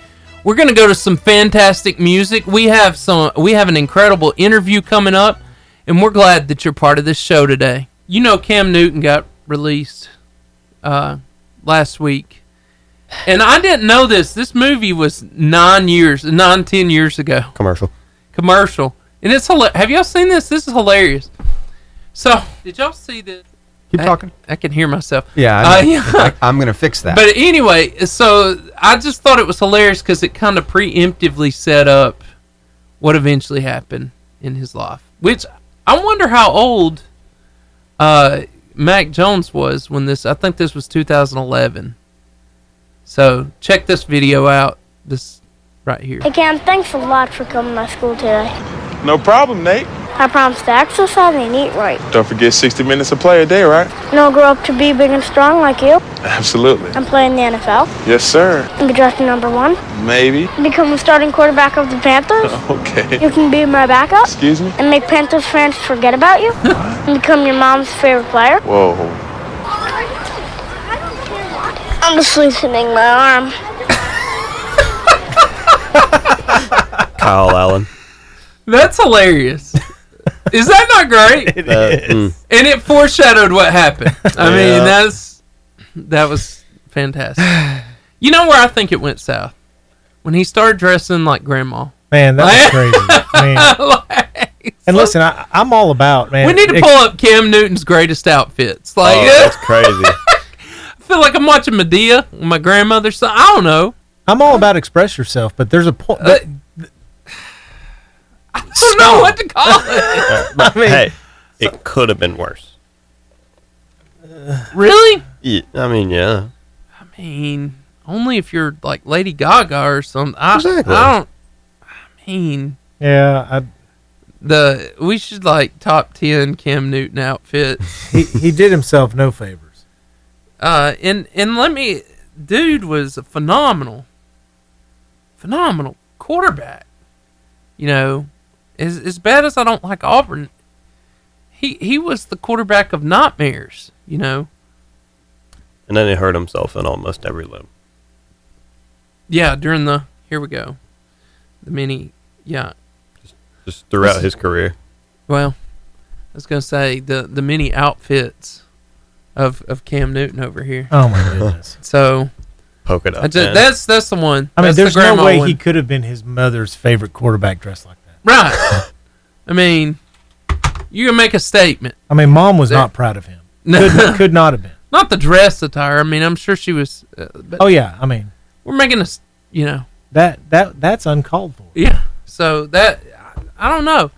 Speaker 9: we're going to go to some fantastic music. We have some we have an incredible interview coming up and we're glad that you're part of this show today. You know Cam Newton got released uh last week. And I didn't know this. This movie was 9 years, 9 10 years ago
Speaker 11: Commercial.
Speaker 9: commercial, and it's hila- have y'all seen this? This is hilarious. So, did y'all see this?
Speaker 12: Keep
Speaker 9: talking. I can hear myself.
Speaker 12: Yeah,
Speaker 9: Uh,
Speaker 12: I know.
Speaker 9: yeah.
Speaker 12: I, am gonna fix that.
Speaker 9: But anyway, so I just thought it was hilarious because it kind of preemptively set up what eventually happened in his life. Which I wonder how old uh, Mac Jones was when this. I think this was 2011. So check this video out. This right here.
Speaker 17: Hey Cam, thanks a lot for coming to my school today.
Speaker 18: No problem, Nate.
Speaker 17: I promise to exercise and eat right.
Speaker 18: Don't forget 60 minutes of play a day, right?
Speaker 17: And I'll grow up to be big and strong like you.
Speaker 18: Absolutely.
Speaker 17: I'm playing the NFL.
Speaker 18: Yes, sir.
Speaker 17: And be drafted number one.
Speaker 18: Maybe.
Speaker 17: Become the starting quarterback of the Panthers.
Speaker 11: Uh-huh.
Speaker 17: You
Speaker 18: Okay.
Speaker 17: can be my backup.
Speaker 18: Excuse me?
Speaker 17: And make Panthers fans forget about you. and become your mom's favorite player.
Speaker 18: Whoa.
Speaker 11: Oh,
Speaker 17: I'm just loosening my arm.
Speaker 11: Kyle Allen.
Speaker 9: That's hilarious. Is that not great?
Speaker 11: It is.
Speaker 9: And it foreshadowed what happened. I
Speaker 11: Yeah.
Speaker 9: mean, that's that was fantastic. You know where I think it went south? When he started dressing like grandma.
Speaker 10: Man, that was
Speaker 9: Like-
Speaker 10: crazy. Man. and listen, I, I'm all about man.
Speaker 9: we need to
Speaker 10: ex-
Speaker 9: pull up Cam Newton's greatest outfits. Like
Speaker 11: that's crazy.
Speaker 9: I feel like I'm watching Medea, with my grandmother's son. I don't know.
Speaker 10: I'm all about express yourself, but there's a point. that-
Speaker 9: I don't know what to call it.
Speaker 11: Uh, but, hey, it could have been worse.
Speaker 9: really?
Speaker 11: Yeah, I mean, yeah.
Speaker 9: I mean, only if you're like Lady Gaga or something. I,
Speaker 11: Exactly.
Speaker 9: I don't. I mean,
Speaker 10: yeah, I,
Speaker 9: the we should like top ten Cam Newton outfits.
Speaker 10: he he did himself no favors.
Speaker 9: Uh, and and let me, dude was a phenomenal, phenomenal quarterback. You know, as as bad as I don't like Auburn, he he was the quarterback of nightmares. You know,
Speaker 11: And then he hurt himself in almost every limb.
Speaker 9: yeah. During the here we go, the mini, yeah.
Speaker 11: Just throughout his career.
Speaker 9: Well, I was gonna say the the many outfits of of Cam Newton over here.
Speaker 10: Oh my goodness.
Speaker 9: So
Speaker 11: Polka dot
Speaker 9: I ju-
Speaker 11: man.
Speaker 9: that's that's the one.
Speaker 10: I mean,
Speaker 9: That's the
Speaker 10: there's no
Speaker 9: grandma
Speaker 10: way
Speaker 9: one.
Speaker 10: he could have been his mother's favorite quarterback dressed like that.
Speaker 9: right. I mean, you're gonna make a statement.
Speaker 10: I mean, mom was
Speaker 9: There-
Speaker 10: not proud of him.
Speaker 9: No.
Speaker 10: Could, could not have been.
Speaker 9: Not the dress attire. I mean, I'm sure she was. Uh, but
Speaker 10: Oh yeah, I mean
Speaker 9: we're making a s- you know
Speaker 10: that that that's uncalled for.
Speaker 9: Yeah. So that I, I don't know.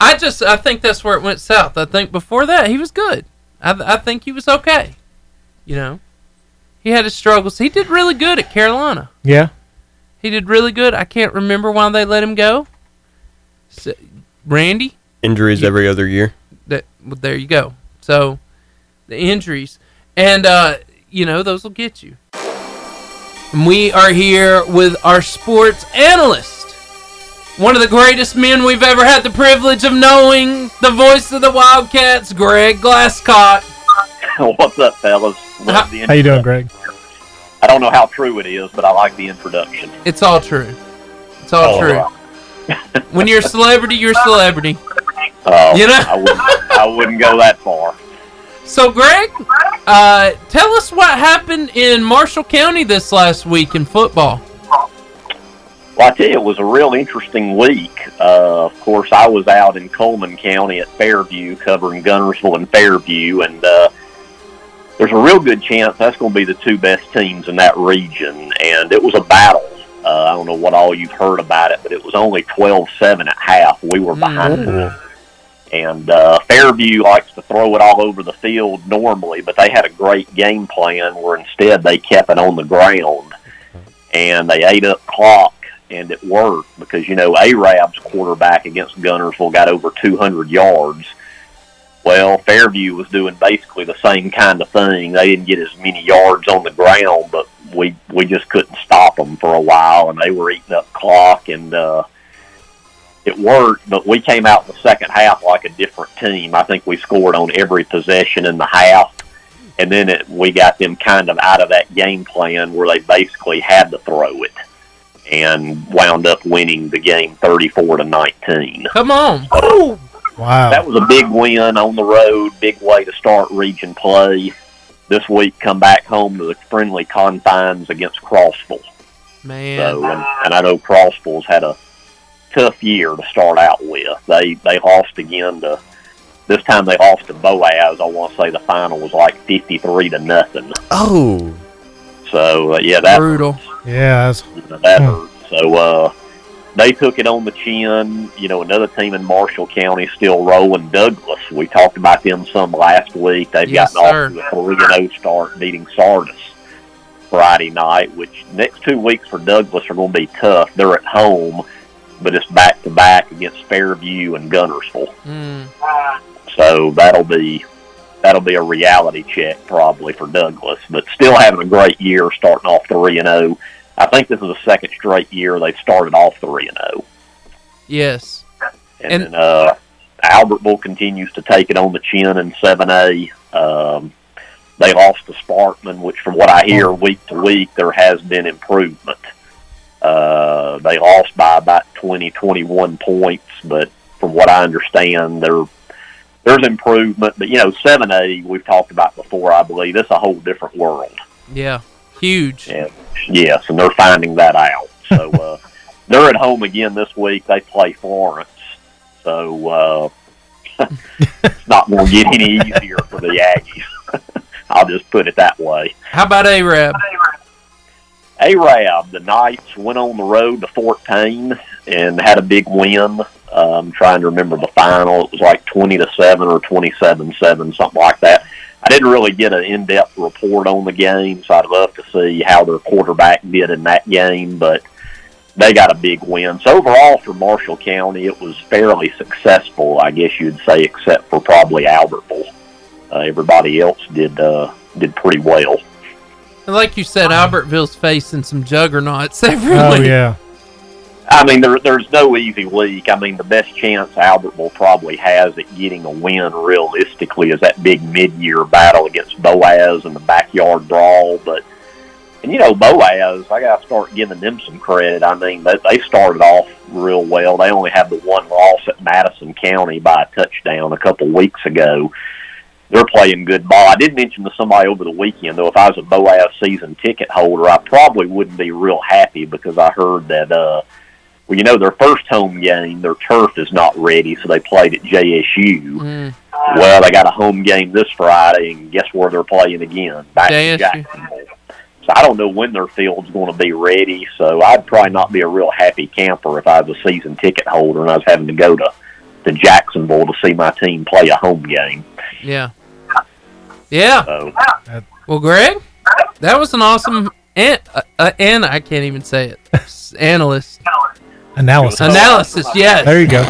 Speaker 9: I just I think that's where it went south. I think before that he was good. I I think he was okay. You know, he had his struggles. He did really good at Carolina.
Speaker 10: Yeah,
Speaker 9: He did really good. I can't remember why they let him go. So, Randy,
Speaker 11: Injuries every other year.
Speaker 9: that well, there you go. So the injuries and uh, you know those will get you. And we are here with our sports analyst, one of the greatest men we've ever had the privilege of knowing, the voice of the Wildcats, Greg Glasscock.
Speaker 19: What's up, fellas? Love the
Speaker 10: How you doing, Greg?
Speaker 19: I don't know how true it is, but I like the introduction.
Speaker 9: It's all true. It's all
Speaker 19: Oh,
Speaker 9: true.
Speaker 19: wow.
Speaker 9: when you're a celebrity, you're a celebrity.
Speaker 19: Uh,
Speaker 9: You know-
Speaker 19: I wouldn't, I wouldn't go that far.
Speaker 9: So, Greg, uh, tell us what happened in Marshall County this last week in football.
Speaker 19: Well, I tell you, it was a real interesting week. Uh, of course, I was out in Coleman County at Fairview covering Gunnersville and Fairview, and uh, there's a real good chance that's going to be the two best teams in that region. And it was a battle. Uh, I don't know what all you've heard about it, but it was only 12-7 at half. We were behind. And uh, Fairview likes to throw it all over the field normally, but they had a great game plan where instead they kept it on the ground and they ate up clock and it worked because, you know, Arab's quarterback against Gunnersville got over 200 yards. Well, Fairview was doing basically the same kind of thing. They didn't get as many yards on the ground, but we, we just couldn't stop them for a while and they were eating up clock and, uh, it worked, but we came out in the second half like a different team. I think we scored on every possession in the half, and then it, we got them kind of out of that game plan where they basically had to throw it, and wound up winning the game thirty-four to nineteen.
Speaker 9: Come on.
Speaker 19: Oh,
Speaker 10: Oh, Wow.
Speaker 19: That was a big win on the road, big way to start region play. This week, come back home to the friendly confines against Crossville.
Speaker 9: Man.
Speaker 19: So, and, and I know Crossville's had a tough year to start out with. They they lost again to this time they lost to Boaz. I want to say the final was like fifty three to nothing.
Speaker 11: Oh.
Speaker 19: So uh, yeah, that
Speaker 9: brutal.
Speaker 10: Yeah, that's
Speaker 19: that hurt. So uh, they took it on the chin. You know, another team in Marshall County still rolling Douglas. We talked about them some last week. They've
Speaker 9: Yes,
Speaker 19: gotten off to a three and zero start, beating Sardis Friday night. Which next two weeks for Douglas are going to be tough. They're at home, but it's back to back against Fairview and Gunnersville.
Speaker 9: Mm.
Speaker 19: So that'll be that'll be a reality check probably for Douglas, but still having a great year starting off three and zero. I think this is the second straight year they've started off three and oh. zero,
Speaker 9: Yes.
Speaker 19: and then, uh, Albertville continues to take it on the chin in seven A. Um, they lost to Sparkman, which from what I hear week to week there has been improvement. Uh, they lost by about 20, 21 points, but from what I understand, they're there's improvement, but you know, seven A we've talked about before. I believe it's a whole different world.
Speaker 9: Yeah. Huge.
Speaker 19: Yeah. Yes, and they're finding that out. So uh, they're at home again this week. They play Florence, so uh, it's not going to get any easier for the Aggies. I'll just put it that way.
Speaker 9: How about Arab?
Speaker 19: Arab, the Knights went on the road to 14 and had a big win. Um, trying to remember the final, it was like 20 to seven or 27 seven, something like that. I didn't really get an in-depth report on the game, so I'd love to see how their quarterback did in that game. But they got a big win. So overall, for Marshall County, it was fairly successful, I guess you'd say, except for probably Albertville. Uh, everybody else did uh, did pretty well.
Speaker 9: And like you said, Albertville's facing some juggernauts every
Speaker 10: Oh
Speaker 9: week.
Speaker 10: yeah.
Speaker 19: I mean, there, there's no easy week. I mean, the best chance Albertville probably has at getting a win realistically is that big mid-year battle against Boaz in the backyard brawl. But and you know, Boaz, I got to start giving them some credit. I mean, they, they started off real well. They only had the one loss at Madison County by a touchdown a couple weeks ago. They're playing good ball. I did mention to somebody over the weekend, though, if I was a Boaz season ticket holder, I probably wouldn't be real happy because I heard that. uh well, you know, their first home game, their turf is not ready, so they played at JSU.
Speaker 9: Mm.
Speaker 19: Well, they got a home game this Friday, and guess where they're playing again? Back
Speaker 9: JSU.
Speaker 19: to Jacksonville. So I don't know when their field's going to be ready. So I'd probably not be a real happy camper if I was a season ticket holder and I was having to go to to Jacksonville to see my team play a home game.
Speaker 9: Yeah. Yeah. Well, Greg, that was an awesome an, uh, uh, an I can't even say it. Analyst
Speaker 10: Analysis.
Speaker 9: analysis. Yes.
Speaker 10: There you go.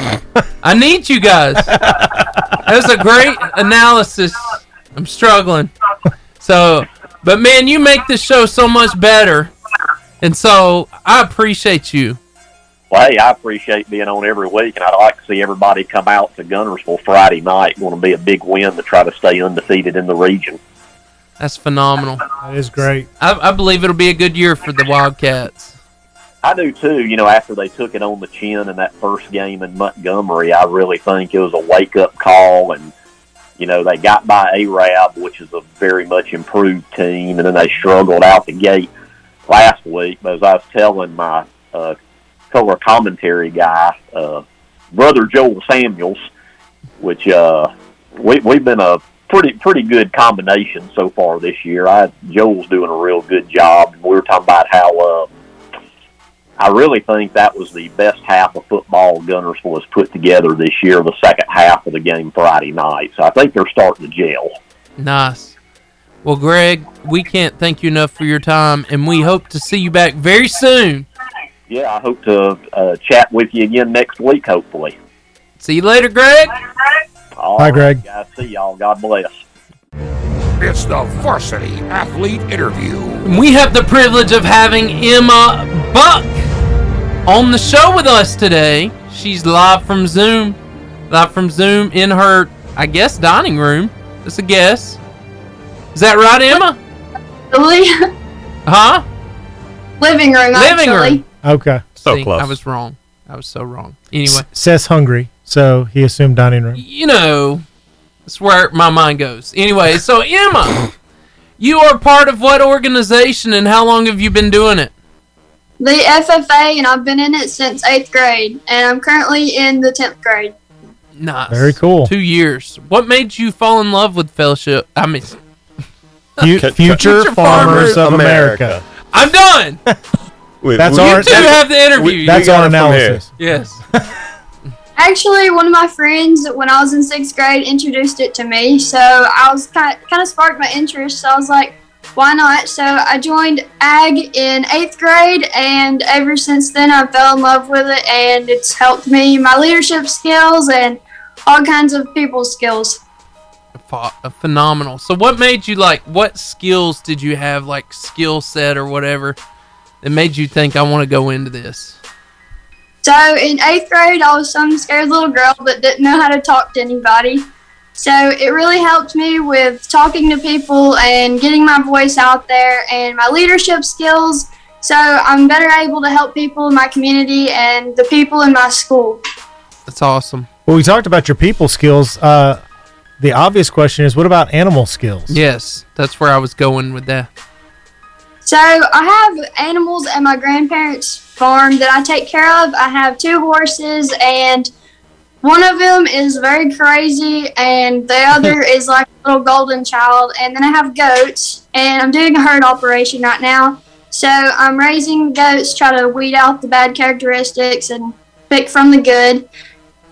Speaker 9: I need you guys. that was a great analysis. I'm struggling. So, but man, you make this show so much better. And so I appreciate you.
Speaker 19: Well, hey, I appreciate being on every week, and I'd like to see everybody come out to Gunnersville Friday night. Going to be a big win to try to stay undefeated in the region.
Speaker 9: That's phenomenal.
Speaker 10: That is great.
Speaker 9: I, I believe it'll be a good year for the Wildcats.
Speaker 19: I do too. You know, after they took it on the chin in that first game in Montgomery, I really think it was a wake up call. And you know, they got by Arab, which is a very much improved team, and then they struggled out the gate last week. But as I was telling my uh, color commentary guy, uh, brother Joel Samuels, which uh, we, we've been a pretty pretty good combination so far this year. I Joel's doing a real good job. We were talking about how. Uh, I really think that was the best half of football Gunnersville has put together this year, the second half of the game Friday night. So I think they're starting to gel.
Speaker 9: Nice. Well, Greg, we can't thank you enough for your time, and we hope to see you back very soon.
Speaker 19: Yeah, I hope to uh, chat with you again next week, hopefully.
Speaker 9: See you later, Greg.
Speaker 19: All
Speaker 10: Bye, Greg.
Speaker 19: Guys, see y'all. God bless.
Speaker 16: It's the varsity athlete interview.
Speaker 9: And We have the privilege of having Emma Buck on the show with us today. She's live from Zoom. Live from Zoom in her, I guess, dining room. That's a guess. Is that right, Emma?
Speaker 20: Li-
Speaker 9: Huh?
Speaker 20: living room.
Speaker 9: Living
Speaker 20: actually.
Speaker 9: room.
Speaker 10: Okay.
Speaker 9: So I was wrong. I was so wrong. Anyway,
Speaker 10: Seth's hungry, so he assumed dining room.
Speaker 9: you know, that's where my mind goes. Anyway, so Emma, you are part of what organization and how long have you been doing it?
Speaker 20: The FFA, and I've been in it since eighth grade, and I'm currently in the tenth grade.
Speaker 9: Nice.
Speaker 10: Very cool.
Speaker 9: Two years. What made you fall in love with fellowship? I mean,
Speaker 10: Fu- Future Farmers of America.
Speaker 9: I'm done.
Speaker 10: That's
Speaker 9: you
Speaker 10: our-
Speaker 9: two
Speaker 10: that's-
Speaker 9: have the interview.
Speaker 10: we- that's
Speaker 9: You got
Speaker 10: our
Speaker 9: it from here.
Speaker 10: analysis.
Speaker 9: Yes.
Speaker 20: Actually, one of my friends, when I was in sixth grade, introduced it to me, so I was kind kind of sparked my interest. So I was like, why not? So I joined Ag in eighth grade, and ever since then, I fell in love with it, and it's helped me my leadership skills and all kinds of people skills.
Speaker 9: Ph- uh, Phenomenal. So, what made you like? What skills did you have, like skill set or whatever, that made you think I want to go into this?
Speaker 20: So in eighth grade, I was some scared little girl that didn't know how to talk to anybody. So it really helped me with talking to people and getting my voice out there and my leadership skills. So I'm better able to help people in my community and the people in my school.
Speaker 9: That's awesome.
Speaker 10: Well, we talked about your people skills. Uh, the obvious question is, what about animal skills?
Speaker 9: Yes, that's where I was going with that.
Speaker 20: So I have animals at my grandparents' farm that I take care of. I have two horses, and one of them is very crazy, and the other is like a little golden child. And then I have goats, and I'm doing a herd operation right now. So I'm raising goats, try to weed out the bad characteristics and pick from the good.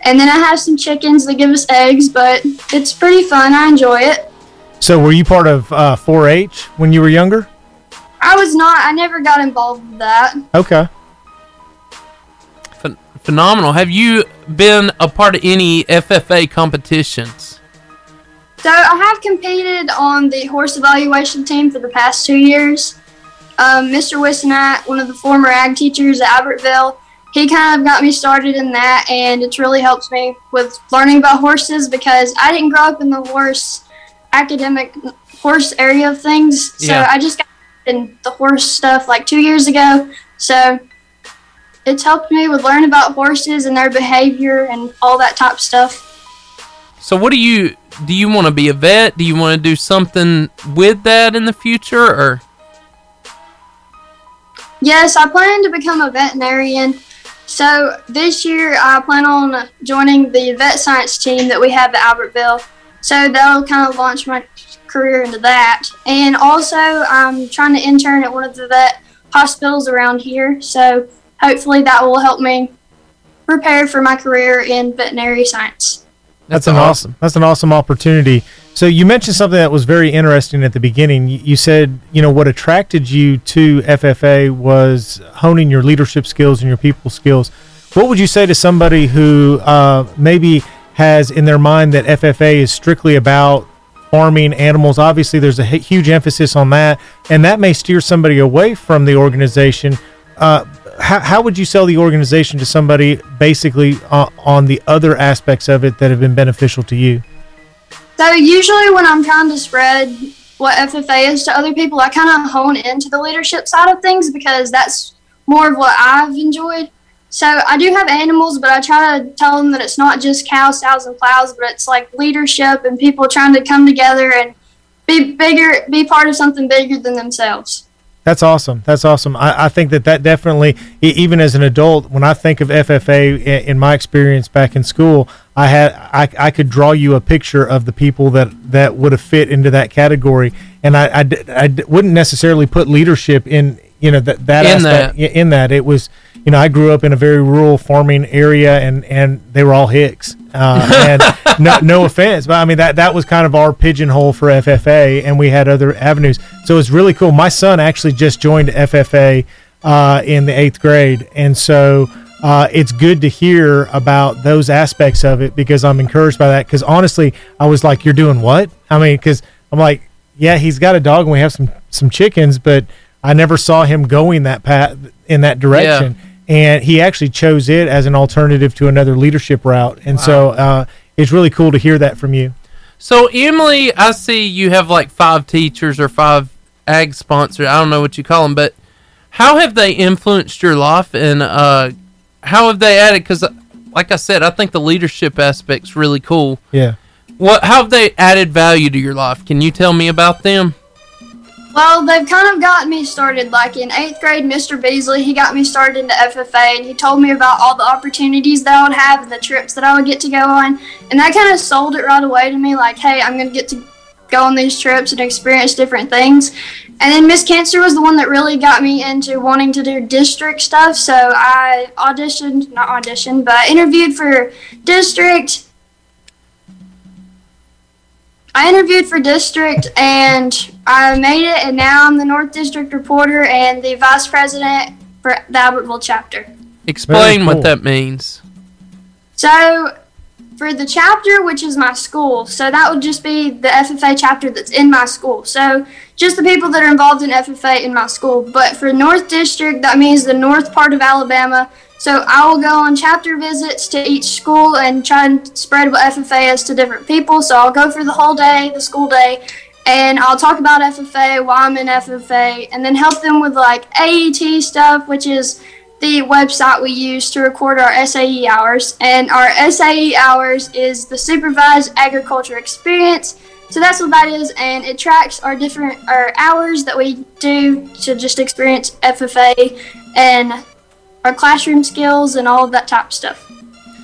Speaker 20: And then I have some chickens that give us eggs, but it's pretty fun. I enjoy it.
Speaker 10: So, were you part of uh, 4-H when you were younger?
Speaker 20: I was not. I never got involved with that.
Speaker 10: Okay.
Speaker 9: Phen- phenomenal. Have you been a part of any FFA competitions?
Speaker 20: So I have competed on the horse evaluation team for the past two years. Um, Mr. Wissenat, one of the former ag teachers at Albertville, he kind of got me started in that, and it's really helped me with learning about horses because I didn't grow up in the horse academic horse area of things. So
Speaker 9: Yeah.
Speaker 20: I just got in the horse stuff like two years ago. So it's helped me with learning about horses and their behavior and all that type of stuff.
Speaker 9: So, what do you do? You want to be a vet? Do you want to do something with that in the future, or
Speaker 20: Yes, I plan to become a veterinarian. So this year, I plan on joining the vet science team that we have at Albertville. So that'll kind of launch my career into that. And also, I'm trying to intern at one of the vet hospitals around here. So hopefully, that will help me prepare for my career in veterinary science.
Speaker 10: That's, an awesome. That's an awesome opportunity. So you mentioned something that was very interesting at the beginning. You, you said, you know, what attracted you to FFA was honing your leadership skills and your people skills. What would you say to somebody who uh, maybe has in their mind that FFA is strictly about farming animals? Obviously, there's a hu- huge emphasis on that, and that may steer somebody away from the organization. Uh, how, how would you sell the organization to somebody basically uh, on the other aspects of it that have been beneficial to you?
Speaker 20: So usually when I'm trying to spread what FFA is to other people, I kind of hone into the leadership side of things because that's more of what I've enjoyed. So I do have animals, but I try to tell them that it's not just cows, sows, and plows, but it's like leadership and people trying to come together and be bigger, be part of something bigger than themselves.
Speaker 10: That's awesome. That's awesome. I, I think that that definitely, e- even as an adult, when I think of FFA i- in my experience back in school, I had I, I could draw you a picture of the people that that would have fit into that category, and I I d- I d- wouldn't necessarily put leadership in you know that that
Speaker 9: In
Speaker 10: aspect,
Speaker 9: that.
Speaker 10: i- in that it was you know I grew up in a very rural farming area, and and they were all hicks. Uh, and no no offense, but I mean that that was kind of our pigeonhole for FFA, and we had other avenues. So it's really cool. My son actually just joined FFA uh, in the eighth grade, and so uh, it's good to hear about those aspects of it because I'm encouraged by that. Because honestly, I was like, "You're doing what?" I mean, because I'm like, "Yeah, he's got a dog, and we have some some chickens," but I never saw him going that path in that direction. and he actually chose it as an alternative to another leadership route. And so uh, it's really cool to hear that from you.
Speaker 9: So Emily, I see you have like five teachers or five ag sponsors. I don't know what you call them, but how have they influenced your life and uh, how have they added? Because, like I said, I think the leadership aspect's really cool.
Speaker 10: Yeah.
Speaker 9: What? How have they added value to your life? Can you tell me about them?
Speaker 20: Well, they've kind of got me started. Like in eighth grade, Mr. Beasley, he got me started into FFA and he told me about all the opportunities that I would have and the trips that I would get to go on. And that kind of sold it right away to me like, hey, I'm going to get to go on these trips and experience different things. And then Miss Cancer was the one that really got me into wanting to do district stuff. So I auditioned, not auditioned, but I interviewed for district. I interviewed for district and I made it, and now I'm the North District reporter and the vice president for the Albertville chapter.
Speaker 9: Explain
Speaker 10: cool.
Speaker 9: what that means.
Speaker 20: So, for the chapter, which is my school, so that would just be the FFA chapter that's in my school. So, just the people that are involved in FFA in my school. But for North District, that means the north part of Alabama. So, I will go on chapter visits to each school and try and spread what FFA is to different people. So, I'll go for the whole day, the school day, and I'll talk about FFA, why I'm in FFA, and then help them with like AET stuff, which is the website we use to record our SAE hours. And our SAE hours is the Supervised Agriculture Experience. So that's what that is, and it tracks our different our hours that we do to just experience FFA and our classroom skills and all of that type of stuff.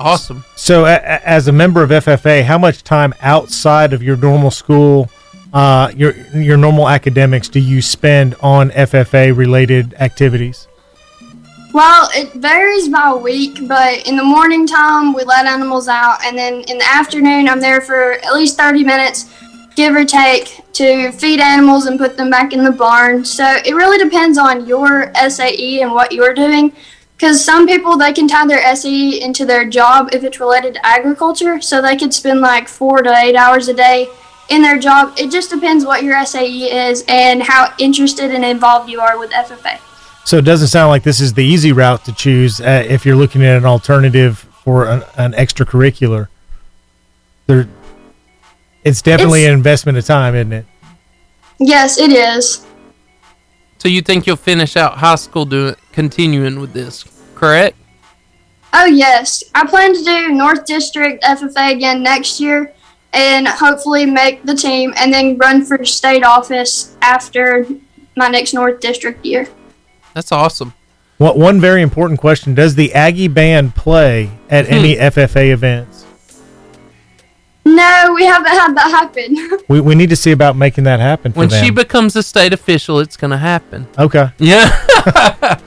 Speaker 9: Awesome.
Speaker 10: So, a- a- as a member of FFA, how much time outside of your normal school, uh, your your normal academics, do you spend on FFA related activities?
Speaker 20: Well, it varies by week, but in the morning time we let animals out, and then in the afternoon I'm there for at least 30 minutes, give or take, to feed animals and put them back in the barn. So it really depends on your SAE and what you're doing, because some people they can tie their SAE into their job if it's related to agriculture, so they could spend like four to eight hours a day in their job. It just depends what your SAE is and how interested and involved you are with FFA.
Speaker 10: So, it doesn't sound like this is the easy route to choose uh, if you're looking at an alternative for an, an extracurricular. There, it's definitely
Speaker 20: It's-
Speaker 10: an investment of time, isn't it?
Speaker 20: Yes, it is.
Speaker 9: So you think you'll finish out high school doing continuing with this, correct?
Speaker 20: Oh yes, I plan to do North District FFA again next year, and hopefully make the team, and then run for state office after my next North District year.
Speaker 9: That's awesome.
Speaker 10: What one very important question: Does the Aggie band play at any FFA events?
Speaker 20: No, we haven't had that happen.
Speaker 10: We, we need to see about making that happen. For
Speaker 9: When
Speaker 10: them.
Speaker 9: she becomes a state official, it's going to happen.
Speaker 10: okay,
Speaker 9: Yeah.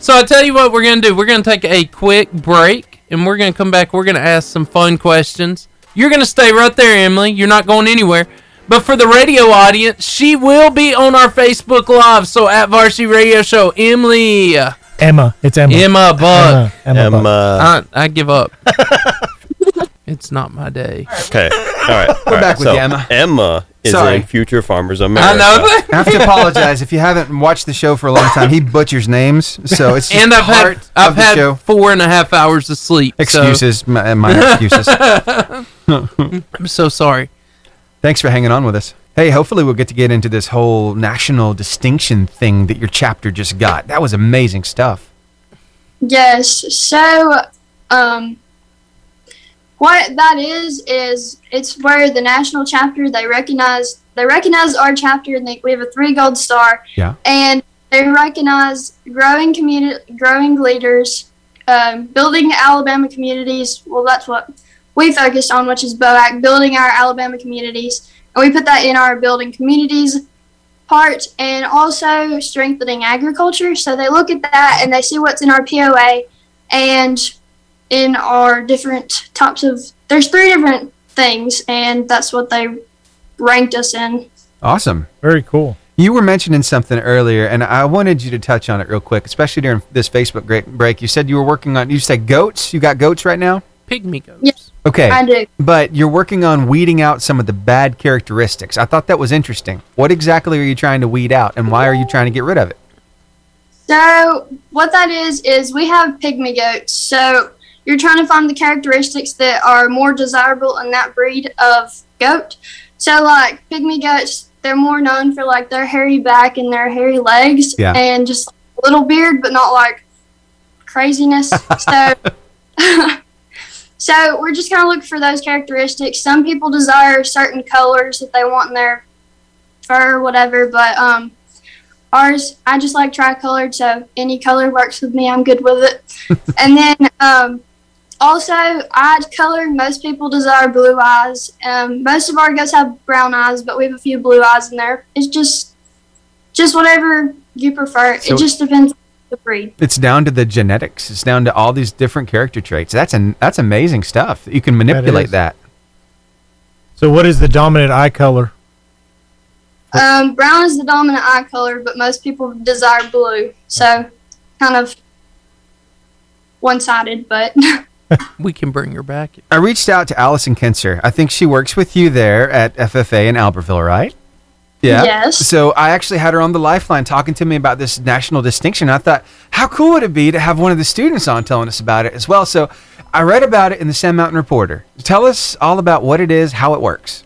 Speaker 9: so I tell you what we're gonna do. We're gonna take a quick break, and we're gonna come back. We're gonna ask some fun questions. You're gonna stay right there, Emily. You're not going anywhere. But for the radio audience, she will be on our Facebook Live. So at Varsity Radio Show, Emily, uh,
Speaker 10: Emma, it's Emma. Uh-huh.
Speaker 9: Emma Buck.
Speaker 10: Emma, Emma.
Speaker 12: Uh,
Speaker 10: Buck.
Speaker 9: I, I give up. it's not my day.
Speaker 11: Okay. All right. all
Speaker 9: We're
Speaker 11: right.
Speaker 9: back with
Speaker 11: So,
Speaker 9: you, Emma.
Speaker 11: Emma is
Speaker 9: Sorry.
Speaker 11: in Future Farmers America.
Speaker 12: I have to apologize if you haven't watched the show for a long time. He butchers names, so it's just
Speaker 9: and I've had
Speaker 12: part
Speaker 9: I've
Speaker 12: of the
Speaker 9: had
Speaker 12: show.
Speaker 9: four and a half hours of sleep. so-
Speaker 12: Excuses, my, uh, my excuses.
Speaker 9: I'm so sorry.
Speaker 12: Thanks for hanging on with us. Hey, hopefully we'll get to get into this whole national distinction thing that your chapter just got. That was amazing stuff.
Speaker 20: Yes. So, um, what that is is it's where the national chapter they recognize they recognize our chapter and they, we have a three gold star
Speaker 12: Yeah.
Speaker 20: and they recognize growing community growing leaders, um, building Alabama communities. Well, that's what we focused on, which is BOAC, building our Alabama communities, and we put that in our building communities part and also strengthening agriculture. So they look at that and they see what's in our POA and in our different types of there's three different things and that's what they ranked us in.
Speaker 12: Awesome.
Speaker 10: Very cool.
Speaker 12: You were mentioning something earlier, and I wanted you to touch on it real quick, especially during this Facebook great break. You said you were working on. You said goats. You got goats right now.
Speaker 9: Pygmy goat.
Speaker 20: Yes.
Speaker 12: Okay.
Speaker 20: I do.
Speaker 12: But you're working on weeding out some of the bad characteristics. I thought that was interesting. What exactly are you trying to weed out, and why are you trying to get rid of it?
Speaker 20: So what that is is we have pygmy goats. So you're trying to find the characteristics that are more desirable in that breed of goat. So like pygmy goats, they're more known for like their hairy back and their hairy legs
Speaker 4: Yeah.
Speaker 20: and just a little beard, but not like craziness. so so we're just kind of looking for those characteristics. Some people desire certain colors that they want in their fur or whatever, but um, ours I just like tricolored, so any color works with me. I'm good with it. and then um, also eye color. Most people desire blue eyes. Um, most of our goats have brown eyes, but we have a few blue eyes in there. It's just just whatever you prefer.
Speaker 12: So-
Speaker 20: it just depends on the breed.
Speaker 12: It's down to the genetics. It's down to all these different character traits. That's an that's amazing stuff. You can manipulate
Speaker 10: is.
Speaker 12: that.
Speaker 10: So, what is the dominant eye color?
Speaker 20: Um, brown is the dominant eye color, but most people desire blue. So, kind of one sided, but
Speaker 9: We can bring her back.
Speaker 12: I reached out to Allison Kinser. I think she works with you there at FFA in Albertville, right? Yeah.
Speaker 4: Yes.
Speaker 12: So I actually had her on the lifeline talking to me about this national distinction. I thought, how cool would it be to have one of the students on telling us about it as well? So I read about it in the Sand Mountain Reporter. Tell us all about what it is, how it works.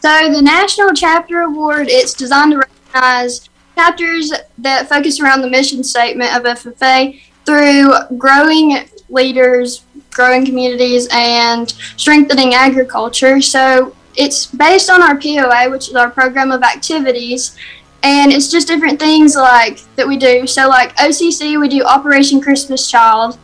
Speaker 20: So the National Chapter Award, it's designed to recognize chapters that focus around the mission statement of FFA through growing leaders, growing communities, and strengthening agriculture. So it's based on our POA, which is our program of activities, and it's just different things like that we do. So like OCC, we do Operation Christmas Child,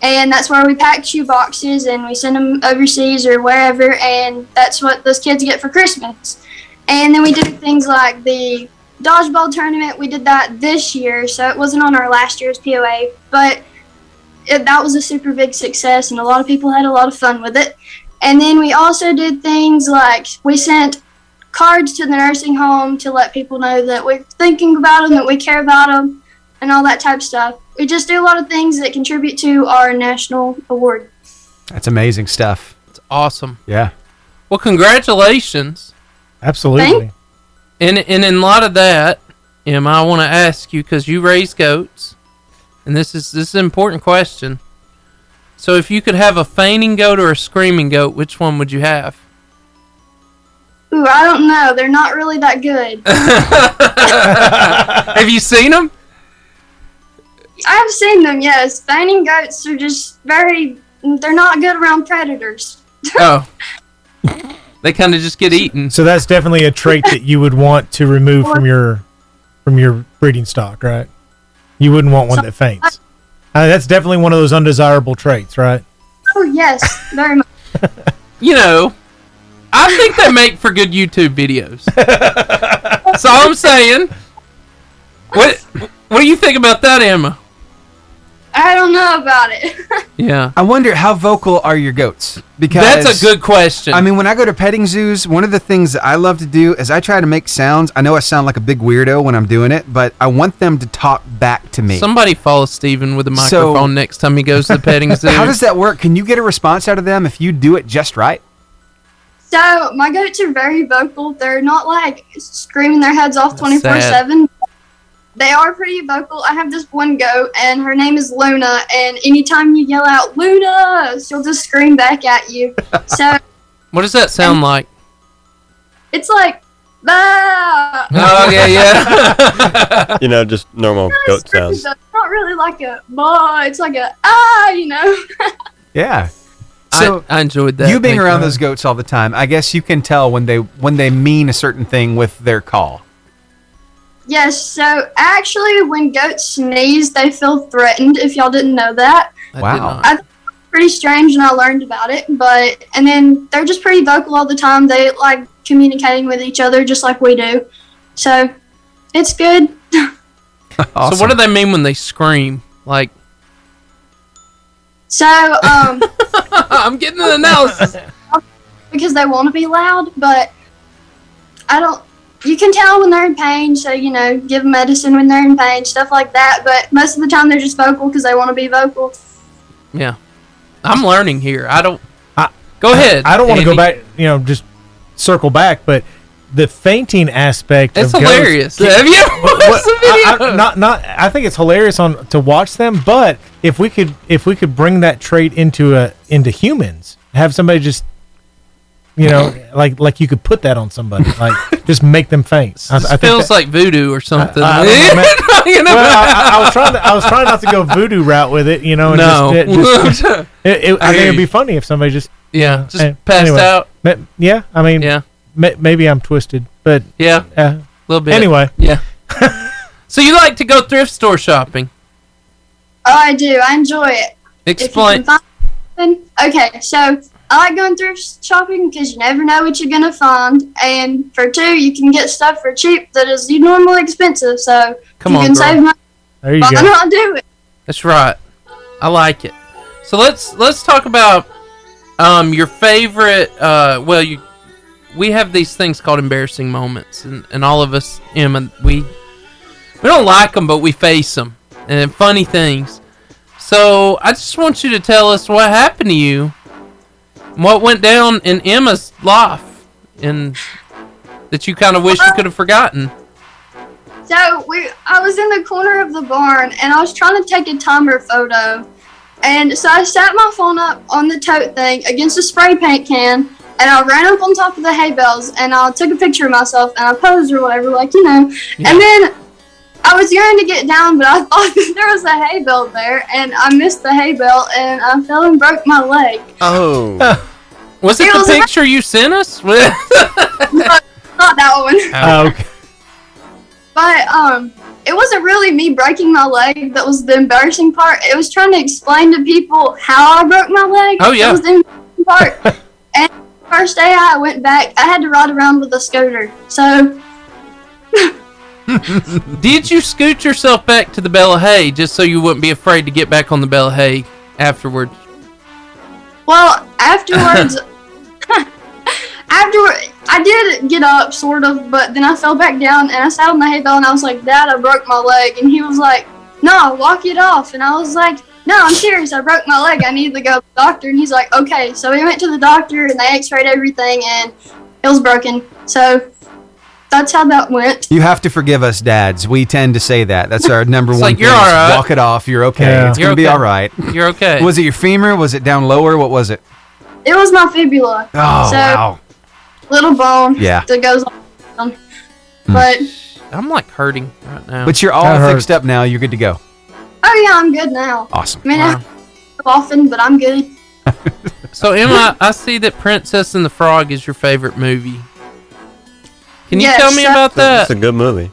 Speaker 20: and that's where we pack shoe boxes and we send them overseas or wherever and that's what those kids get for christmas and then we do things like the dodgeball tournament we did that this year so it wasn't on our last year's poa but it, that was a super big success and a lot of people had a lot of fun with it and then we also did things like we sent cards to the nursing home to let people know that we're thinking about them that we care about them and all that type of stuff. We just do a lot of things that contribute to our national award.
Speaker 12: That's amazing stuff.
Speaker 9: It's awesome.
Speaker 12: Yeah.
Speaker 9: Well, congratulations.
Speaker 10: Absolutely.
Speaker 9: And and in light of that, Em, I want to ask you because you raise goats, and this is this is an important question. So, if you could have a fainting goat or a screaming goat, which one would you have?
Speaker 20: Ooh, I don't know. They're not really that good.
Speaker 9: have you seen them?
Speaker 20: I've seen them, yes. Fainting goats are just very, they're not good around predators.
Speaker 9: Oh, they kind of just get eaten.
Speaker 10: So that's definitely a trait that you would want to remove from your from your breeding stock, right? You wouldn't want one that faints. Uh, that's definitely one of those undesirable traits, right?
Speaker 20: Oh, yes, very much.
Speaker 9: You know, I think they make for good YouTube videos. That's all I'm saying. What What do you think about that, Emma?
Speaker 20: I don't know about it.
Speaker 9: Yeah.
Speaker 12: I wonder how vocal are your goats? Because
Speaker 9: That's a good question.
Speaker 12: I mean, when I go to petting zoos, one of the things that I love to do is I try to make sounds. I know I sound like a big weirdo when I'm doing it, but I want them to talk back to me.
Speaker 9: Somebody follow Steven with a
Speaker 12: So-
Speaker 9: microphone next time he goes to the petting zoo.
Speaker 12: How does that work? Can you get a response out of them if you do it just right?
Speaker 20: So, my goats are very vocal. They're not like screaming their heads off 24
Speaker 12: sad.
Speaker 20: 7. They are pretty vocal. I have this one goat, and her name is Luna. And anytime you yell out, Luna, she'll just scream back at you. So,
Speaker 9: What does that sound like?
Speaker 20: It's like, ah.
Speaker 9: Oh, yeah, yeah.
Speaker 11: you know, just normal goat sounds.
Speaker 20: It's not really like a bah. It's like a ah, you know.
Speaker 12: Yeah.
Speaker 9: I- I, enjoyed that. uh,
Speaker 12: you being
Speaker 9: Thank
Speaker 12: around
Speaker 9: you.
Speaker 12: those goats all the time, I guess you can tell when they when they mean a certain thing with their call.
Speaker 20: yes. So actually, when goats sneeze, they feel threatened. If y'all didn't know that,
Speaker 12: wow.
Speaker 20: I thought it was pretty strange when I learned about it. But and then they're just pretty vocal all the time. They like communicating with each other just like we do. So it's good.
Speaker 9: So what do they mean when they scream? Like
Speaker 20: So um,
Speaker 9: I'm getting an analysis
Speaker 20: because they want to be loud, but I don't. You can tell when they're in pain, so you know, give them medicine when they're in pain, stuff like that. But most of the time, they're just vocal because they want to be vocal.
Speaker 9: Yeah. I'm learning here. I don't Go ahead.
Speaker 10: I don't want to go
Speaker 9: Andy.
Speaker 10: back, you know, just circle back, but the fainting aspect.
Speaker 9: It's
Speaker 10: of Ghost-
Speaker 9: hilarious. Have you ever watched the
Speaker 10: I- I-
Speaker 9: video?
Speaker 10: not not. I think it's hilarious on to watch them. But if we could, if we could bring that trait into a into humans, have somebody just, you know, like like you could put that on somebody, like just make them faint. I, I
Speaker 9: It
Speaker 10: think
Speaker 9: feels
Speaker 10: that-
Speaker 9: like voodoo or something.
Speaker 10: I don't know, man. well, I, I, I was trying. To, I was trying not to go voodoo route with it, you know. And
Speaker 9: No.
Speaker 10: just, it, just- it- it-
Speaker 9: I
Speaker 10: I think
Speaker 9: hear
Speaker 10: it'd be
Speaker 9: you.
Speaker 10: funny if somebody just
Speaker 9: Yeah, just
Speaker 10: eh,
Speaker 9: passed out.
Speaker 10: Ma- yeah, I mean, yeah, maybe I'm twisted, but
Speaker 9: Yeah.
Speaker 10: uh,
Speaker 9: little bit.
Speaker 10: Anyway,
Speaker 9: yeah. so you like to go thrift store shopping?
Speaker 20: Oh, I do. I enjoy it. If you
Speaker 9: Explain.
Speaker 20: can find something- Okay, so I like going thrift shopping because you never know what you're gonna find, and for two, you can get stuff for cheap that is normally expensive. So
Speaker 9: Come
Speaker 20: you
Speaker 9: on,
Speaker 20: can
Speaker 9: girl.
Speaker 20: save money.
Speaker 10: There
Speaker 20: Why not do it?
Speaker 9: That's right. I like it. So let's let's talk about um your favorite uh well you we have these things called embarrassing moments and, and all of us Emma we we don't like them but we face them and funny things. So I just want you to tell us what happened to you, and what went down in Emma's life, and that you kind of wish you could have forgotten.
Speaker 20: So we, I was in the corner of the barn and I was trying to take a timer photo, and so I sat my phone up on the tote thing against a spray paint can, and I ran up on top of the hay bales and I took a picture of myself and I posed or whatever, like you know, and then. I was going to get down, but I thought that there was a hay bale there, and I missed the hay bale, and I fell and broke my leg.
Speaker 9: Oh. Was it
Speaker 20: It
Speaker 9: the
Speaker 20: was-
Speaker 9: picture you sent us?
Speaker 20: Not that one.
Speaker 10: Uh, okay.
Speaker 20: But um, it wasn't really me breaking my leg that was the embarrassing part. It was trying to explain to people how I broke my leg.
Speaker 9: Oh, yeah.
Speaker 20: That was the embarrassing part. and the first day I went back, I had to ride around with a scooter. So
Speaker 9: Did you scoot yourself back to the Bella Hay just so you wouldn't be afraid to get back on the Bella Hay afterward?
Speaker 20: well afterwards. Afterward, I did get up, sort of, but then I fell back down and I sat on the hay bale and I was like, Dad, I broke my leg. And he was like, No, walk it off. And I was like, No, I'm serious. I broke my leg. I need to go to the doctor. And he's like, Okay. So we went to the doctor and they x rayed everything and it was broken. So that's how that went.
Speaker 12: You have to forgive us, dads. We tend to say that. That's our number one.
Speaker 9: like, you're
Speaker 12: thing is
Speaker 9: all right.
Speaker 12: Walk it off. You're okay.
Speaker 9: Yeah.
Speaker 12: It's
Speaker 9: You're
Speaker 12: gonna be
Speaker 9: okay.
Speaker 12: all right.
Speaker 9: You're okay.
Speaker 12: Was it your femur? Was it down lower? What was it?
Speaker 20: It was my fibula.
Speaker 12: Oh
Speaker 20: so,
Speaker 12: wow.
Speaker 20: little bone
Speaker 12: Yeah.
Speaker 20: that goes on. But,
Speaker 9: I'm like hurting right now.
Speaker 12: But you're all fixed up now. You're good to go.
Speaker 20: oh yeah, I'm good now.
Speaker 12: Awesome.
Speaker 20: I mean, I often, but I'm good.
Speaker 9: So Emma, I see that Princess and the Frog is your favorite movie. Can you
Speaker 20: Yes,
Speaker 9: tell me
Speaker 20: that-
Speaker 9: about that?
Speaker 11: It's a good movie.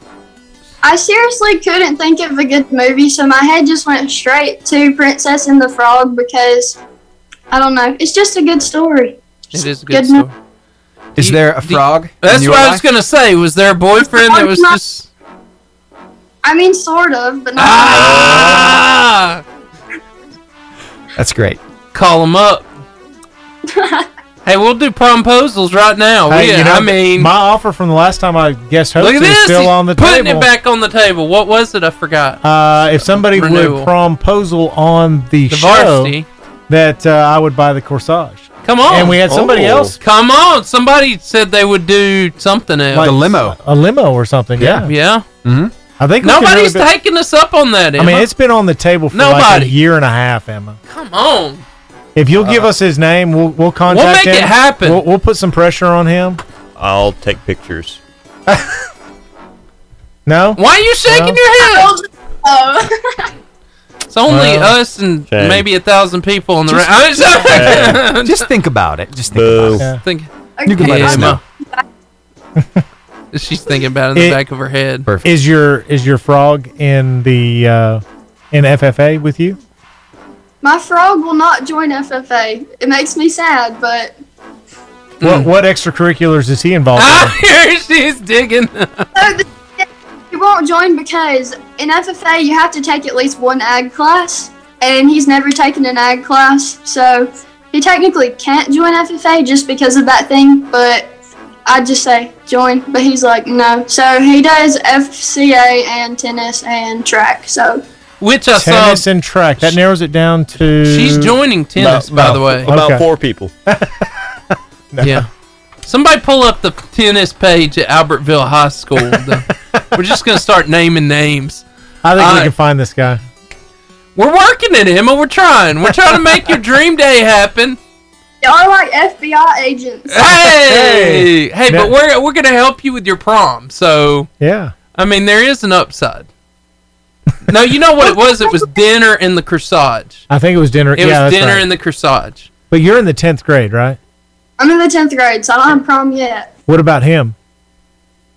Speaker 20: I seriously couldn't think of a good movie, so my head just went straight to Princess and the Frog because I don't know. It's just a good story.
Speaker 9: It is a good
Speaker 20: mo-
Speaker 9: story.
Speaker 12: Is there a frog? in
Speaker 9: That's
Speaker 12: your
Speaker 9: what I
Speaker 12: life?
Speaker 9: was gonna say. Was there a boyfriend that was
Speaker 20: Not-
Speaker 9: just
Speaker 20: I mean, sort of, but not.
Speaker 9: ah?
Speaker 12: That's great.
Speaker 9: Call him up. hey, we'll do promposals right now.
Speaker 10: Hey,
Speaker 9: Oh, yeah,
Speaker 10: you know,
Speaker 9: I mean,
Speaker 10: my offer from the last time I guest
Speaker 9: look
Speaker 10: hosted
Speaker 9: at
Speaker 10: is
Speaker 9: this.
Speaker 10: still
Speaker 9: He's
Speaker 10: on the
Speaker 9: putting
Speaker 10: table.
Speaker 9: it back on the table. What was it? I forgot.
Speaker 10: Uh, if somebody
Speaker 9: Renewal.
Speaker 10: would promposal on the,
Speaker 9: The
Speaker 10: show,
Speaker 9: varsity.
Speaker 10: that uh, I would buy the corsage.
Speaker 9: Come on.
Speaker 10: And we had somebody Oh. else-
Speaker 9: Come on. Somebody said they would do something else.
Speaker 10: Like a limo or something. Yeah,
Speaker 9: Yeah.
Speaker 10: Mm-hmm. I think we can
Speaker 9: Nobody's
Speaker 10: really be-
Speaker 9: taking us up on that. Emma.
Speaker 10: I mean, it's been on the table for like a
Speaker 9: Nobody.
Speaker 10: year and a half, Emma.
Speaker 9: Come on.
Speaker 10: If you'll give us his name, we'll we'll contact him.
Speaker 9: make it happen.
Speaker 10: We'll, we'll put some pressure on him.
Speaker 11: I'll take pictures.
Speaker 10: No,
Speaker 9: Why are you shaking your head? It's only
Speaker 12: Well,
Speaker 9: us and
Speaker 12: shame.
Speaker 9: maybe a thousand people on the. Ra-
Speaker 12: Just-
Speaker 9: I'm sorry.
Speaker 12: Just think about it. Just think about it.
Speaker 9: Think-
Speaker 12: You can let us know.
Speaker 9: Emma. She's thinking about it in the
Speaker 10: It-
Speaker 9: back of her head.
Speaker 10: Is your is your frog in the uh, in FFA with you?
Speaker 20: My frog will not join FFA. It makes me sad, but
Speaker 10: What what extracurriculars is he involved
Speaker 9: Mm. Ah, here she's digging.
Speaker 20: he won't join because in FFA you have to take at least one ag class, and he's never taken an ag class, so he technically can't join FFA just because of that thing. But I just say join, but he's like no. So he does FCA and tennis and track. So
Speaker 9: Which I saw.
Speaker 10: tennis and track. That narrows it down to.
Speaker 9: She's joining tennis, by the way.
Speaker 11: About
Speaker 10: Okay.
Speaker 11: four people.
Speaker 9: Yeah. Somebody pull up the tennis page at Albertville High School. The- we're just gonna start naming names.
Speaker 10: I think we
Speaker 9: Uh,
Speaker 10: can find this guy.
Speaker 9: We're working at Emma. We're trying. We're trying to make your dream day happen.
Speaker 20: Y'all are like FBI agents.
Speaker 9: Eh. Hey, hey,
Speaker 10: Now-
Speaker 9: but we're we're gonna help you with your prom. So
Speaker 10: yeah,
Speaker 9: I mean there is an upside. no, you know what it was? It was dinner in the corsage.
Speaker 10: I think it was dinner.
Speaker 9: It
Speaker 10: yeah,
Speaker 9: was
Speaker 10: that's
Speaker 9: dinner
Speaker 10: right.
Speaker 9: in the corsage.
Speaker 10: but you're in the tenth grade, right?
Speaker 20: I'm in the tenth grade, so I don't have prom yet.
Speaker 10: What about him?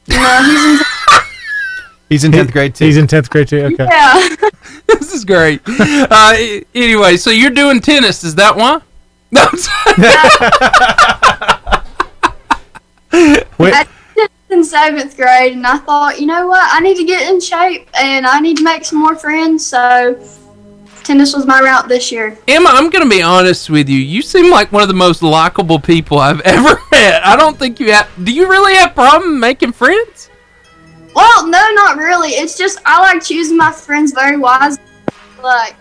Speaker 20: No, he's in.
Speaker 12: He's in tenth grade too.
Speaker 10: He's in tenth grade too. Okay.
Speaker 20: Yeah.
Speaker 9: this is great. Uh, a- anyway, so you're doing tennis. Is that why? No, I'm sorry.
Speaker 20: I did it in seventh grade, and I thought, you know what? I need to get in shape, and I need to make some more friends. So, tennis was my route this year.
Speaker 9: Emma, I'm going to be honest with you. You seem like one of the most likable people I've ever met. I don't think you have. Do you really have problem making friends?
Speaker 20: Well, no, not really. It's just I like choosing my friends very wisely. Like,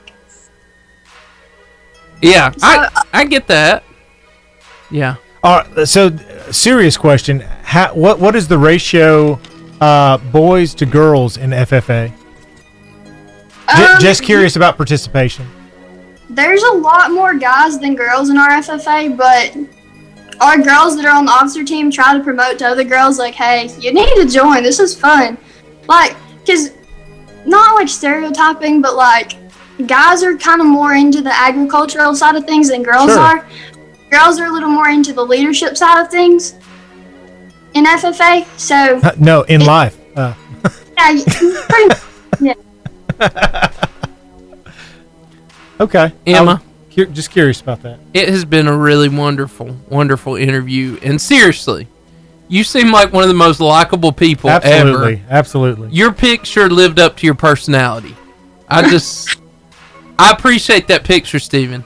Speaker 9: Yeah, I I get that. Yeah.
Speaker 10: All right, so uh, serious question: How, What what is the ratio uh, boys to girls in FFA? J-
Speaker 20: Um,
Speaker 10: just curious about participation.
Speaker 20: there's a lot more guys than girls in our FFA, but our girls that are on the officer team try to promote to other girls, like, hey, you need to join. This is fun. Like, because not like stereotyping, but like, guys are kind of more into the agricultural side of things than girls
Speaker 10: Sure.
Speaker 20: are. Girls are a little more into the leadership side of things in FFA. So,
Speaker 10: Uh, no, in life. Uh,
Speaker 20: yeah, you- pretty much. Yeah.
Speaker 10: okay,
Speaker 9: Emma.
Speaker 10: I'm cu- just curious about that.
Speaker 9: It has been a really wonderful, wonderful interview. And seriously, you seem like one of the most likable people
Speaker 10: absolutely,
Speaker 9: ever.
Speaker 10: absolutely.
Speaker 9: Your picture lived up to your personality. I just, I appreciate that picture, Steven.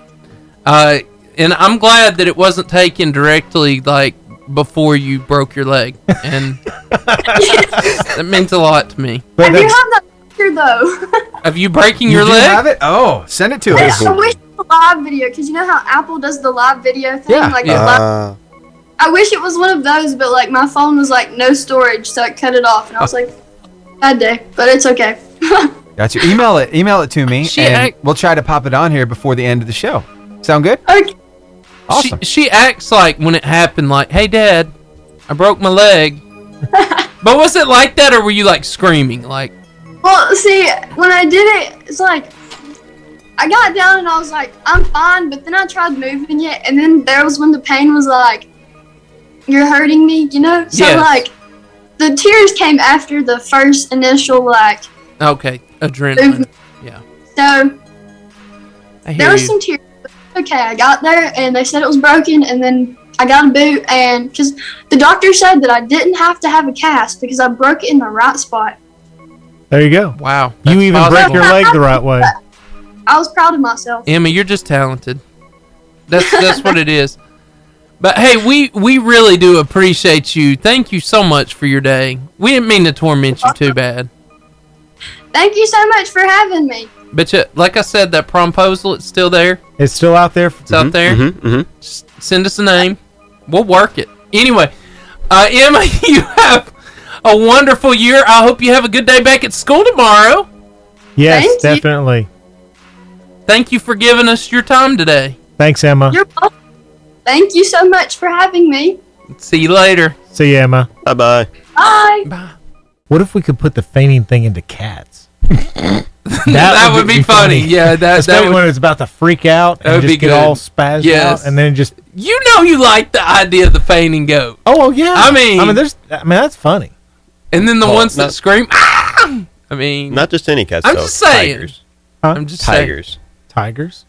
Speaker 9: Uh, and I'm glad that it wasn't taken directly like before you broke your leg, and that means a lot to me.
Speaker 20: I do have that picture though.
Speaker 9: of you breaking
Speaker 12: You
Speaker 9: your
Speaker 12: do
Speaker 9: leg?
Speaker 12: have it? Oh, send it to
Speaker 20: I
Speaker 12: us.
Speaker 20: I wish it was a live video because you know how Apple does the live video thing. Like, the live-
Speaker 12: Uh,
Speaker 11: Uh-huh.
Speaker 20: I wish it was one of those, but like my phone was like no storage, so it cut it off, and I was like, bad day, but it's okay.
Speaker 12: got your email it. Email it to me,
Speaker 20: She
Speaker 12: and
Speaker 20: act-
Speaker 12: we'll try to pop it on here before the end of the show. Sound good? Awesome.
Speaker 9: She, she acts like when it happened, like, "Hey, Dad, I broke my leg." but was it like that, or were you like screaming, like,
Speaker 20: Well, see, when I did it, it's like I got down and I was like, I'm fine, but then I tried moving it, and then there was when the pain was like, you're hurting me, you know? So
Speaker 9: Yes.
Speaker 20: like, the tears came after the first initial like
Speaker 9: "Okay, adrenaline."
Speaker 20: movement. Yeah. So
Speaker 9: I
Speaker 20: there
Speaker 9: hear
Speaker 20: was
Speaker 9: you.
Speaker 20: some tears. but Okay, I got there and they said it was broken, and then I got a boot, and because the doctor said that I didn't have to have a cast because I broke it in the right spot.
Speaker 10: There you go.
Speaker 9: Wow,
Speaker 10: you
Speaker 9: that's
Speaker 10: even break
Speaker 9: possible.
Speaker 10: your leg the right way.
Speaker 20: I was proud of myself.
Speaker 9: Emma, you're just talented. That's that's what it is. But hey, we we really do appreciate you. Thank you so much for your day. We didn't mean to torment you too bad.
Speaker 20: Thank you so much for having me.
Speaker 9: But you, like I said, that promposal it's still there.
Speaker 10: It's still out there.
Speaker 9: It's out there.
Speaker 11: Mm-hmm,
Speaker 9: Just send us a name. We'll work it. Anyway, uh, Emma, you have a wonderful year. I hope you have a good day back at school tomorrow.
Speaker 10: Yes,
Speaker 9: Thank you.
Speaker 10: definitely.
Speaker 9: Thank you for giving us your time today.
Speaker 10: Thanks, Emma.
Speaker 20: You're welcome. Thank you so much for having me.
Speaker 9: See you later.
Speaker 10: See you, Emma.
Speaker 11: Bye bye.
Speaker 20: Bye.
Speaker 10: What if we could put the fainting thing into cats? that,
Speaker 9: That would be funny. Yeah, that- that
Speaker 10: Especially
Speaker 9: would-
Speaker 10: when it's about to freak out
Speaker 9: That would
Speaker 10: and just
Speaker 9: be
Speaker 10: get
Speaker 9: good.
Speaker 10: all spazzed
Speaker 9: Yes.
Speaker 10: out, and then just
Speaker 9: You know you like the idea of the fainting goat.
Speaker 10: oh well, yeah.
Speaker 9: I mean-
Speaker 10: I mean, there's, I mean, that's funny.
Speaker 9: And then the
Speaker 11: Well,
Speaker 9: ones that
Speaker 11: not-
Speaker 9: scream, ah! I mean,
Speaker 11: Not just any cats.
Speaker 9: I'm
Speaker 11: though.
Speaker 9: just saying.
Speaker 11: Tigers.
Speaker 9: I'm just saying.
Speaker 11: Tigers.
Speaker 10: Tigers,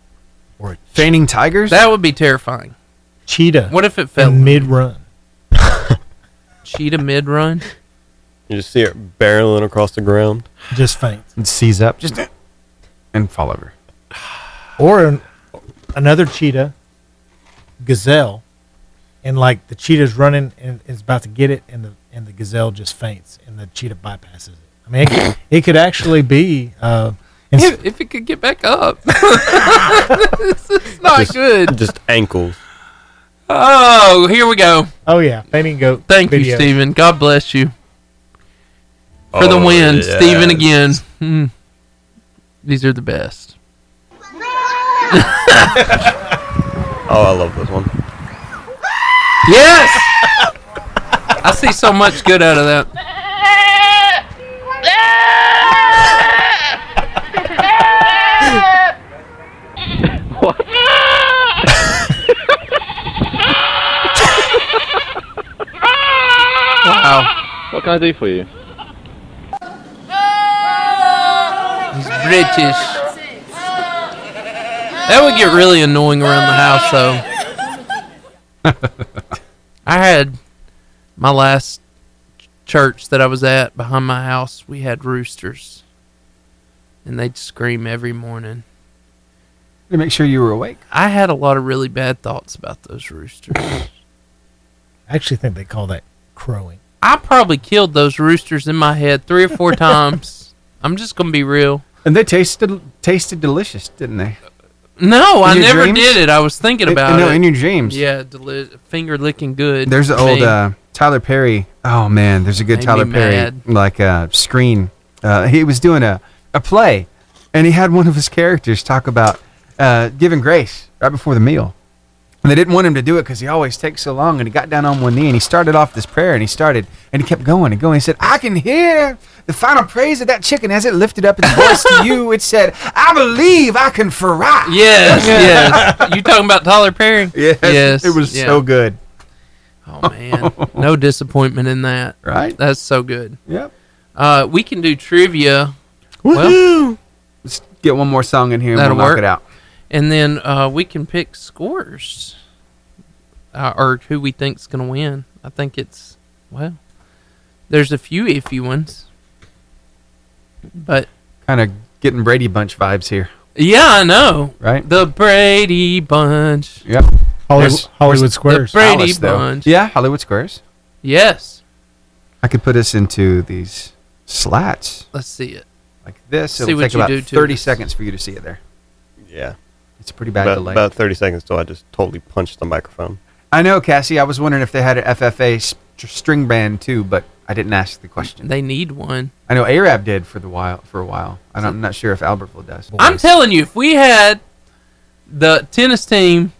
Speaker 12: Fainting tigers?
Speaker 9: That would be terrifying.
Speaker 10: cheetah.
Speaker 9: What if it fell?
Speaker 10: mid run?
Speaker 9: Cheetah mid run?
Speaker 11: You just see it barreling across the ground.
Speaker 10: Just faint.
Speaker 12: And seize up, just and fall over.
Speaker 10: Or an, another cheetah, gazelle, and like the cheetah's running and is about to get it, and the and the gazelle just faints, and the cheetah bypasses it. I mean, it could, it could actually be. Uh, ins-
Speaker 9: If, if it could get back up. this is not
Speaker 11: just,
Speaker 9: good.
Speaker 11: Just ankles.
Speaker 9: Oh, here we go.
Speaker 10: Oh yeah, fainting goat.
Speaker 9: Thank you,
Speaker 10: video.
Speaker 9: Stephen. God bless you for the
Speaker 10: Oh,
Speaker 9: win,
Speaker 10: yes.
Speaker 9: Stephen again. Hmm. These are the best.
Speaker 11: Oh, I love this one.
Speaker 9: Yes, I see so much good out of that. Wow.
Speaker 21: What can I do for you?
Speaker 9: He's British. That would get really annoying around the house, though. I had my last church that I was at behind my house. We had roosters, and they'd scream every morning.
Speaker 12: To make sure you were awake.
Speaker 9: I had a lot of really bad thoughts about those roosters.
Speaker 10: I actually think they call that crowing.
Speaker 9: I probably killed those roosters in my head three or four times. I'm just gonna be real.
Speaker 12: And they tasted tasted delicious, didn't they?
Speaker 9: No,
Speaker 12: In
Speaker 9: I
Speaker 12: your
Speaker 9: never
Speaker 12: dreams?
Speaker 9: did it. I was thinking
Speaker 12: In-
Speaker 9: about
Speaker 12: no,
Speaker 9: it.
Speaker 12: in your dreams.
Speaker 9: Yeah, deli- finger licking good.
Speaker 12: There's the old
Speaker 9: thing.
Speaker 12: uh, Tyler Perry. Oh man, there's a good
Speaker 9: Made
Speaker 12: Tyler
Speaker 9: me
Speaker 12: Perry
Speaker 9: mad.
Speaker 12: like uh, screen. Uh, he was doing a, a play, and he had one of his characters talk about uh, giving grace right before the meal. And they didn't want him to do it because he always takes so long. And he got down on one knee and he started off this prayer and he started and he kept going and going. He said, "I can hear the final praise of that chicken as it lifted up its voice to you. It said, I believe I can fry.'"
Speaker 9: Yes, yes. You talking about Tyler Perry?
Speaker 12: Yes,
Speaker 9: yes.
Speaker 12: it was
Speaker 9: yeah.
Speaker 12: so good.
Speaker 9: Oh man, no disappointment in that.
Speaker 12: Right?
Speaker 9: That's so good.
Speaker 12: Yep.
Speaker 9: Uh, we can do trivia. Well,
Speaker 12: Let's get one more song in here and
Speaker 9: That'll
Speaker 12: we'll knock
Speaker 9: work.
Speaker 12: it out.
Speaker 9: And then uh, we can pick scores uh, or who we think's going to win. I think it's, well, there's a few iffy ones. But
Speaker 12: Kind of getting Brady Bunch vibes here.
Speaker 9: yeah, I know.
Speaker 12: Right.
Speaker 9: The Brady Bunch.
Speaker 12: Yep.
Speaker 9: Hollywood- Hollywood
Speaker 12: there's
Speaker 9: Squares. The Brady
Speaker 12: Alice, though.
Speaker 9: Bunch.
Speaker 12: Yeah, Hollywood Squares.
Speaker 9: Yes.
Speaker 12: I could put us into these slats.
Speaker 9: Let's see it.
Speaker 12: Like This
Speaker 9: See
Speaker 12: it'll
Speaker 9: what
Speaker 12: take
Speaker 9: you
Speaker 12: about
Speaker 9: do to
Speaker 12: 30
Speaker 9: this.
Speaker 12: seconds for you to see it there.
Speaker 11: Yeah.
Speaker 12: It's a pretty bad
Speaker 11: about,
Speaker 12: delay.
Speaker 11: About 30 seconds till I just totally punched the microphone.
Speaker 12: I know, Cassie. I was wondering if they had an FFA st- string band too, but I didn't ask the question.
Speaker 9: They need one.
Speaker 12: I know Arab did for the while for a while. I don't- I'm not sure if Albertville does.
Speaker 9: I'm telling you, if we had the tennis team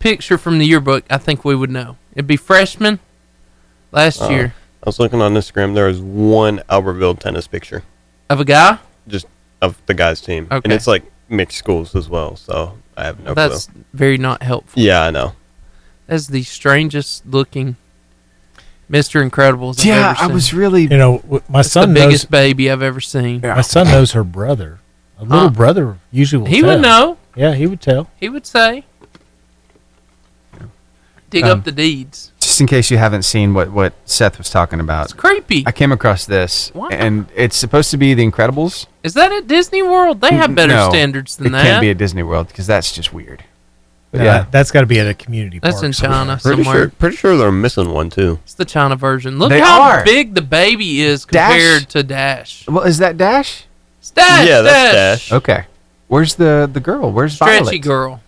Speaker 9: picture from the yearbook, I think we would know. It'd be freshman last
Speaker 11: Uh,
Speaker 9: year
Speaker 11: I was looking on Instagram. There was one Albertville tennis picture
Speaker 9: of a guy.
Speaker 11: just of the guys' team. And
Speaker 9: Okay.
Speaker 11: it's like mixed schools as well. So I have no
Speaker 9: That's
Speaker 11: clue.
Speaker 9: very not helpful.
Speaker 11: Yeah, I know.
Speaker 9: That's the strangest looking Mr. Incredibles. I've
Speaker 12: Yeah,
Speaker 9: ever
Speaker 12: I
Speaker 9: seen.
Speaker 12: was really-
Speaker 10: You know, w- my
Speaker 9: That's
Speaker 10: son
Speaker 9: the
Speaker 10: knows-
Speaker 9: biggest baby I've ever seen.
Speaker 10: My son knows her brother. A little
Speaker 9: Huh.
Speaker 10: brother usually will
Speaker 9: He would
Speaker 10: tell.
Speaker 9: know.
Speaker 10: Yeah, he would tell.
Speaker 9: He would say, "Dig
Speaker 12: Um,
Speaker 9: up the deeds."
Speaker 12: just in case you haven't seen what, what Seth was talking about. It's
Speaker 9: creepy.
Speaker 12: I came across this,
Speaker 9: Wow.
Speaker 12: and it's supposed to be The Incredibles.
Speaker 9: Is that at Disney World? They have better standards than
Speaker 12: it
Speaker 9: that.
Speaker 12: can't be at Disney World because that's just weird.
Speaker 10: No, that- that's got to be at a community
Speaker 9: That's
Speaker 10: park.
Speaker 9: in
Speaker 10: somewhere.
Speaker 9: China
Speaker 11: Pretty
Speaker 9: somewhere.
Speaker 11: sure, pretty sure they're missing one too.
Speaker 9: It's the China version. Look
Speaker 11: They
Speaker 9: how
Speaker 11: are.
Speaker 9: big the baby is
Speaker 12: Dash?
Speaker 9: compared to Dash.
Speaker 12: Well, is that Dash?
Speaker 9: It's Dash.
Speaker 11: Yeah,
Speaker 9: Dash.
Speaker 11: that's Dash.
Speaker 12: Okay. Where's the the girl? Where's
Speaker 9: Stretchy
Speaker 12: Violet?
Speaker 9: girl.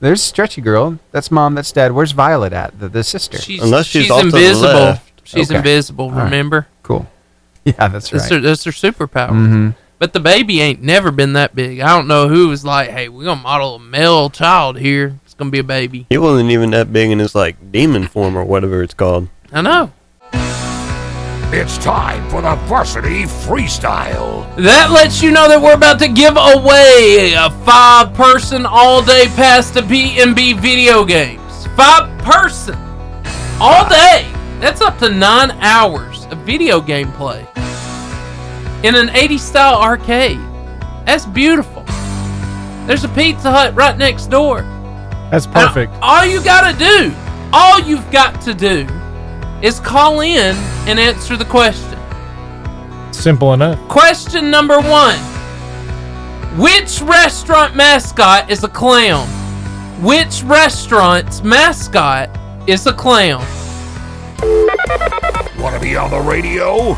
Speaker 12: There's stretchy girl. That's mom. That's dad. Where's Violet at? The, the sister.
Speaker 9: She's, she's, invisible. She's
Speaker 12: Okay.
Speaker 9: invisible.
Speaker 12: All right.
Speaker 9: Remember?
Speaker 12: Cool. Yeah, that's
Speaker 9: That's their,
Speaker 12: right.
Speaker 9: that's their superpower.
Speaker 12: Mhm.
Speaker 9: But the baby ain't never been that big. I don't know who was like, "Hey, we're gonna model a male child here. It's gonna be a baby."
Speaker 11: He wasn't even that big in his like demon form or whatever it's called.
Speaker 9: I know.
Speaker 16: It's time for the varsity freestyle.
Speaker 9: That lets you know that we're about to give away a five-person all-day pass to PMB video games. Five-person all day. That's up to nine hours of video game play in an 80s-style arcade. That's beautiful. There's a Pizza Hut right next door.
Speaker 10: That's perfect.
Speaker 9: All you gotta do, all you've got to do, is call in and answer the question.
Speaker 10: Simple enough.
Speaker 9: Question number one Which restaurant mascot is a clown? Which restaurant's mascot is a clown?
Speaker 16: Want to be on the radio?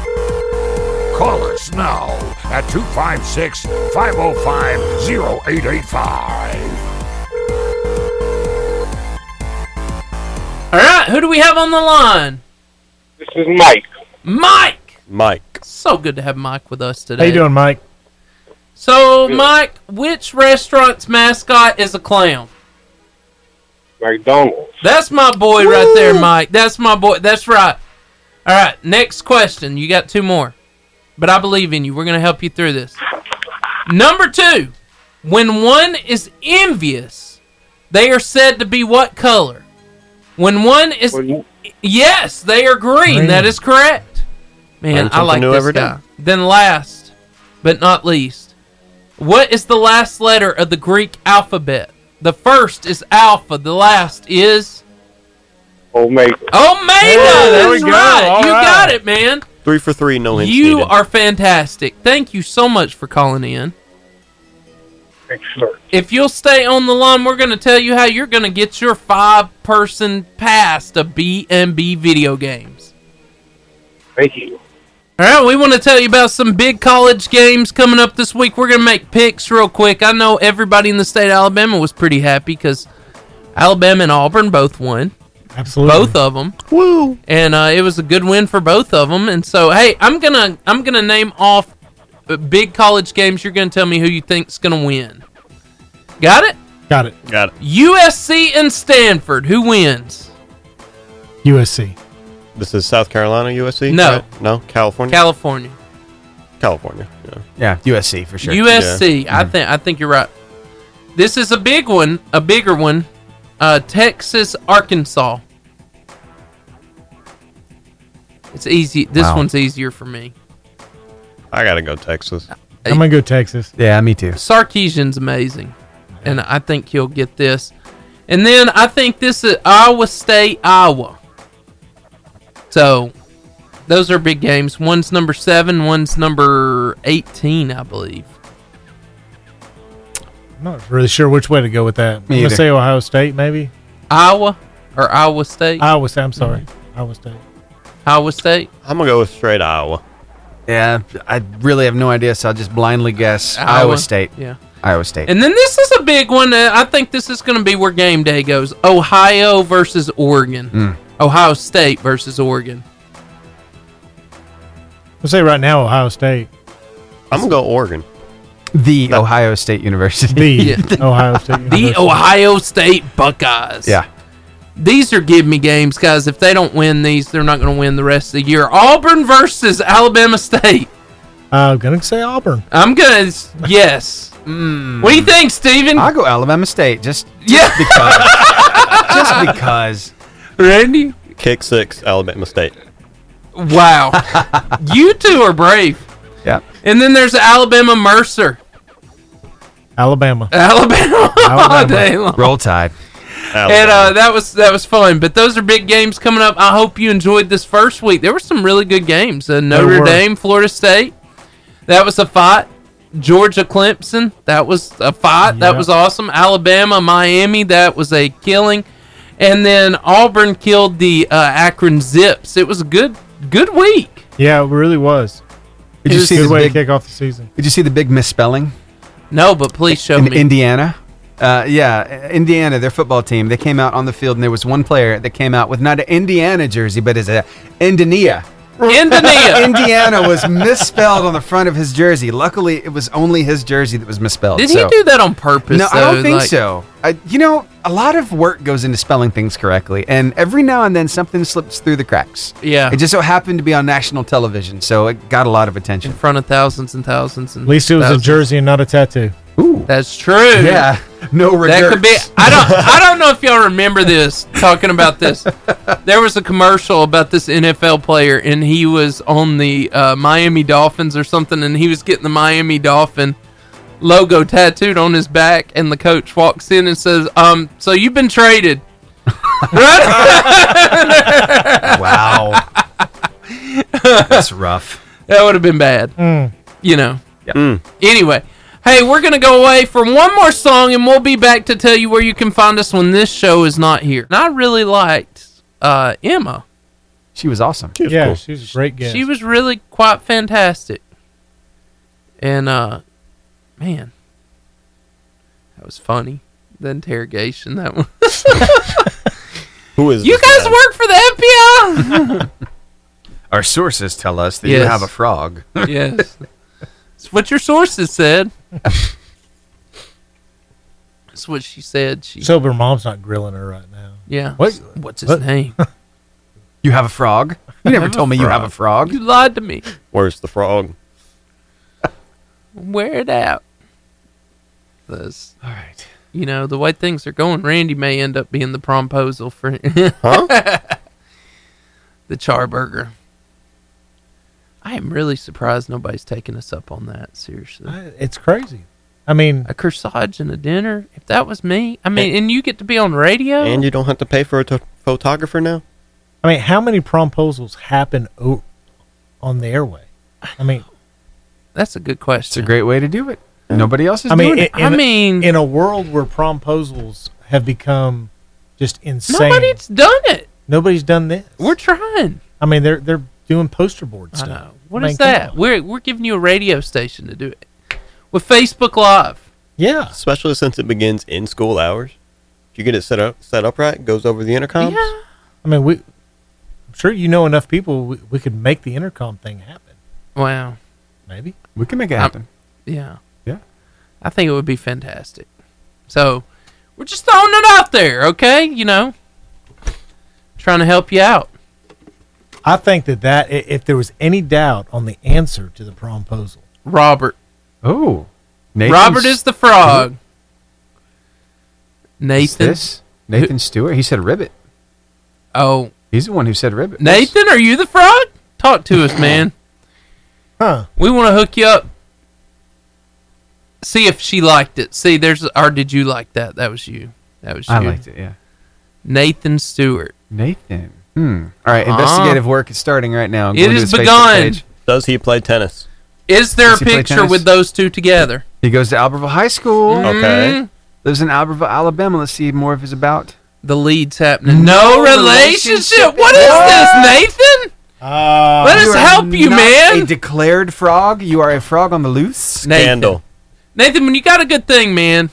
Speaker 16: Call us now at 256 505 0885.
Speaker 9: right, who do we have on the line? This is Mike. Mike!
Speaker 11: Mike.
Speaker 9: So good to have Mike with us today.
Speaker 10: How you doing, Mike?
Speaker 9: So, Mike, which restaurant's mascot is a clown?
Speaker 21: McDonald's.
Speaker 9: That's my boy right there, Mike. That's my boy. That's right. All right, next question. You got two more, but I believe in you. We're going to help you through this. Number two, when one is envious, they are said to be what color? When one is. Yes, they are green.
Speaker 11: Green.
Speaker 9: That is correct. Man,
Speaker 11: Learn
Speaker 9: I like
Speaker 11: something new
Speaker 9: this
Speaker 11: every day.
Speaker 9: guy. Then last, but not least, what is the last letter of the Greek alphabet? The first is alpha. The last is
Speaker 21: Omega.
Speaker 9: Omega.
Speaker 11: Hey, there we
Speaker 9: that's
Speaker 11: go.
Speaker 9: right.
Speaker 11: All
Speaker 9: you
Speaker 11: right.
Speaker 9: got it, man.
Speaker 11: Three for three, no hints
Speaker 9: you
Speaker 11: needed.
Speaker 9: are fantastic. Thank you so much for calling in.
Speaker 21: Excellent.
Speaker 9: If you'll stay on the line, we're going to tell you how you're going to get your five-person pass to B&B Video Games.
Speaker 21: Thank you.
Speaker 9: All right, we want to tell you about some big college games coming up this week. We're going to make picks real quick. I know everybody in the state of Alabama was pretty happy because Alabama and Auburn both won.
Speaker 10: Absolutely.
Speaker 9: Both of them. Woo. And uh, it was a good win for both of them. And so, hey, I'm going to I'm going to name off uh, big college games. You're going to tell me who you think's going to win. Got it?
Speaker 10: Got it.
Speaker 11: Got it.
Speaker 9: USC and Stanford, who wins?
Speaker 10: USC.
Speaker 11: This is South Carolina, USC?
Speaker 9: No.
Speaker 11: right? No? California?
Speaker 9: California.
Speaker 11: California. Yeah.
Speaker 12: Yeah, USC for sure.
Speaker 9: USC. I think I think you're right. This is a big one, a bigger one. Uh, Texas, Arkansas. It's easy. This
Speaker 11: Wow.
Speaker 9: one's easier for me.
Speaker 11: I got to go Texas.
Speaker 10: I'm gonna go Texas.
Speaker 12: Yeah, me too.
Speaker 9: Sarkeesian's amazing, and I think he'll get this. And then I think this is Iowa State, Iowa. So those are big games. One's number seven, one's number eighteen, I believe.
Speaker 10: I'm not really sure which way to go with that.
Speaker 9: Me
Speaker 10: I'm gonna
Speaker 9: either.
Speaker 10: say Ohio State, maybe.
Speaker 9: Iowa or Iowa State?
Speaker 10: Iowa State. I'm sorry, Iowa State.
Speaker 9: Iowa State.
Speaker 11: I'm going to go with straight Iowa.
Speaker 12: Yeah, I really have no idea, so I'll just blindly guess Iowa,
Speaker 9: Iowa,
Speaker 12: State.
Speaker 9: yeah.
Speaker 12: Iowa State.
Speaker 9: And then this is a big one. uh, I think this is going to be where game day goes. Ohio versus Oregon.
Speaker 12: Mm.
Speaker 9: Ohio State versus Oregon.
Speaker 10: Let's say right now Ohio State.
Speaker 11: I'm gonna go Oregon.
Speaker 12: The Ohio State University.
Speaker 10: The Ohio State.
Speaker 9: The Ohio State Buckeyes.
Speaker 12: Yeah.
Speaker 9: These are give me games, guys. If they don't win these, they're not going to win the rest of the year. Auburn versus Alabama State.
Speaker 10: I'm gonna say Auburn.
Speaker 9: I'm going to, yes. What do you think, Steven?
Speaker 12: I'll go Alabama State. Just,
Speaker 9: yeah.
Speaker 12: just because.
Speaker 9: Randy?
Speaker 11: Kick six, Alabama State.
Speaker 9: Wow. you two are brave.
Speaker 12: Yeah.
Speaker 9: And then there's Alabama Mercer.
Speaker 10: Alabama.
Speaker 9: Uh, Alabama all day long.
Speaker 12: Roll Tide.
Speaker 9: And uh, that was that was fun. But those are big games coming up. I hope you enjoyed this first week. There were some really good games. Uh, Notre
Speaker 12: were.
Speaker 9: Dame, Florida State. That was a fight. Georgia Clemson. That was a fight. That
Speaker 12: Yeah.
Speaker 9: was awesome. Alabama, Miami. That was a killing. And then Auburn killed the uh, Akron Zips. It was a good good week.
Speaker 10: Yeah, it really was.
Speaker 12: Did you
Speaker 10: It was
Speaker 12: see
Speaker 10: a
Speaker 12: the
Speaker 10: good way
Speaker 12: big-
Speaker 10: to kick off the season?
Speaker 12: Did you see the big misspelling?
Speaker 9: No, but please show
Speaker 12: in
Speaker 9: me.
Speaker 12: Indiana. Uh, yeah, Indiana, their football team. They came out on the field, and there was one player that came out with not an Indiana jersey, but as a Indiana.
Speaker 9: Indiana.
Speaker 12: Indiana was misspelled on the front of his jersey. Luckily, it was only his jersey that was misspelled.
Speaker 9: Did
Speaker 12: so-
Speaker 9: he do that on purpose?
Speaker 12: No, I
Speaker 9: though?
Speaker 12: don't think
Speaker 9: Like-
Speaker 12: so. I, you know, a lot of work goes into spelling things correctly, and every now and then something slips through the cracks.
Speaker 9: Yeah.
Speaker 12: It just so happened to be on national television, so it got a lot of attention. In
Speaker 9: front of thousands and thousands and
Speaker 10: At least it was a jersey and not a tattoo.
Speaker 9: That's true.
Speaker 12: Yeah. No
Speaker 9: That could be.
Speaker 12: regrets.
Speaker 9: I don't. I don't know if y'all remember this. Talking about this, there was a commercial about this NFL player, and he was on the uh, Miami Dolphins or something, and he was getting the Miami Dolphin logo tattooed on his back, and the coach walks in and says, "Um, so you've been traded."
Speaker 12: wow. That's rough.
Speaker 9: That would have been bad. You know. Mm. Anyway, hey, we're going to go away for one more song and we'll be back to tell you where you can find us when this show is not here. And I really liked uh, Emma.
Speaker 12: She was awesome.
Speaker 10: yeah, she was a great guest.
Speaker 9: She was really quite fantastic. And, uh, man, that was funny. The interrogation, that one.
Speaker 11: Who is
Speaker 9: You guys work for the
Speaker 12: Our sources tell us that you
Speaker 9: Yes.
Speaker 12: have a frog.
Speaker 9: FBI. yes, it's what your sources said. That's what she said. She
Speaker 10: So her mom's not grilling her right now.
Speaker 9: yeah.
Speaker 10: What?
Speaker 9: What's his
Speaker 10: What?
Speaker 9: name?
Speaker 12: You have a frog? You never told me you have a frog.
Speaker 9: You lied to me.
Speaker 11: Where's the frog?
Speaker 9: Wear it out. This. All right. You know the way things are going, Randy may end up being the promposal for huh? the Charburger. I am really surprised nobody's taking us up on that. Seriously,
Speaker 10: It's crazy. I mean,
Speaker 9: a corsage and a dinner. If that was me, I mean, and you get to be on radio.
Speaker 11: And you don't have to pay for a t- photographer now?
Speaker 10: I mean, how many promposals happen o- on the airway? I mean,
Speaker 9: that's a good question. It's
Speaker 12: a great way to do it. Nobody else is
Speaker 10: I mean,
Speaker 12: doing it.
Speaker 10: in- in-
Speaker 9: Mm-hmm.
Speaker 10: in a world where promposals have become just insane,
Speaker 9: nobody's done it.
Speaker 10: nobody's done this.
Speaker 9: We're trying.
Speaker 10: I mean, they're they're doing poster board
Speaker 9: I
Speaker 10: stuff.
Speaker 9: know. What
Speaker 10: I
Speaker 9: is
Speaker 10: mean, come
Speaker 9: that? We're we're giving you a radio station to do it with Facebook Live.
Speaker 10: Yeah.
Speaker 11: Especially since it begins in school hours. If you get it set up set up right, goes over the
Speaker 10: Um,
Speaker 11: intercoms.
Speaker 10: I mean, we. I'm sure you know enough people. We, we could make the intercom thing happen.
Speaker 9: Wow.
Speaker 10: Maybe
Speaker 12: we can make it
Speaker 9: I'm-
Speaker 12: happen.
Speaker 9: Yeah.
Speaker 12: Yeah.
Speaker 9: I think it would be fantastic. So we're just throwing it out there, okay? You know, trying to help you out.
Speaker 10: I think that that i- if there was any doubt on the answer to the promposal,
Speaker 9: Robert.
Speaker 12: Oh,
Speaker 9: Uh, Robert is the frog. Nathan.
Speaker 12: This Nathan Stewart. He said ribbit.
Speaker 9: Oh,
Speaker 12: he's the one who said ribbit.
Speaker 9: Nathan, are you the frog? Talk to us, man.
Speaker 10: Huh.
Speaker 9: We want to hook you up. See if she liked it. See, there's or did you like that? That was you. That was you.
Speaker 12: I liked it, yeah.
Speaker 9: Nathan Stewart.
Speaker 12: Nathan. Hmm. All right, investigative work is starting right now. I'm
Speaker 9: Uh-huh. It
Speaker 12: going to
Speaker 9: is
Speaker 12: his Facebook
Speaker 9: begun.
Speaker 12: page.
Speaker 11: Does he play tennis?
Speaker 9: Is there
Speaker 12: Does
Speaker 9: a
Speaker 12: he play
Speaker 9: picture
Speaker 12: tennis?
Speaker 9: with those two together?
Speaker 12: He goes to Albertville High School.
Speaker 9: Mm-hmm. Okay.
Speaker 12: Lives in Albertville, Alabama. Let's see more of his about.
Speaker 9: The leads happening. No relationship. What is this, Nathan?
Speaker 10: Uh,
Speaker 9: Let us
Speaker 12: Uh, are
Speaker 9: help you,
Speaker 12: not
Speaker 9: man.
Speaker 12: A declared frog. You are a frog on the loose.
Speaker 9: Scandal. Nathan, when you got a good thing, man,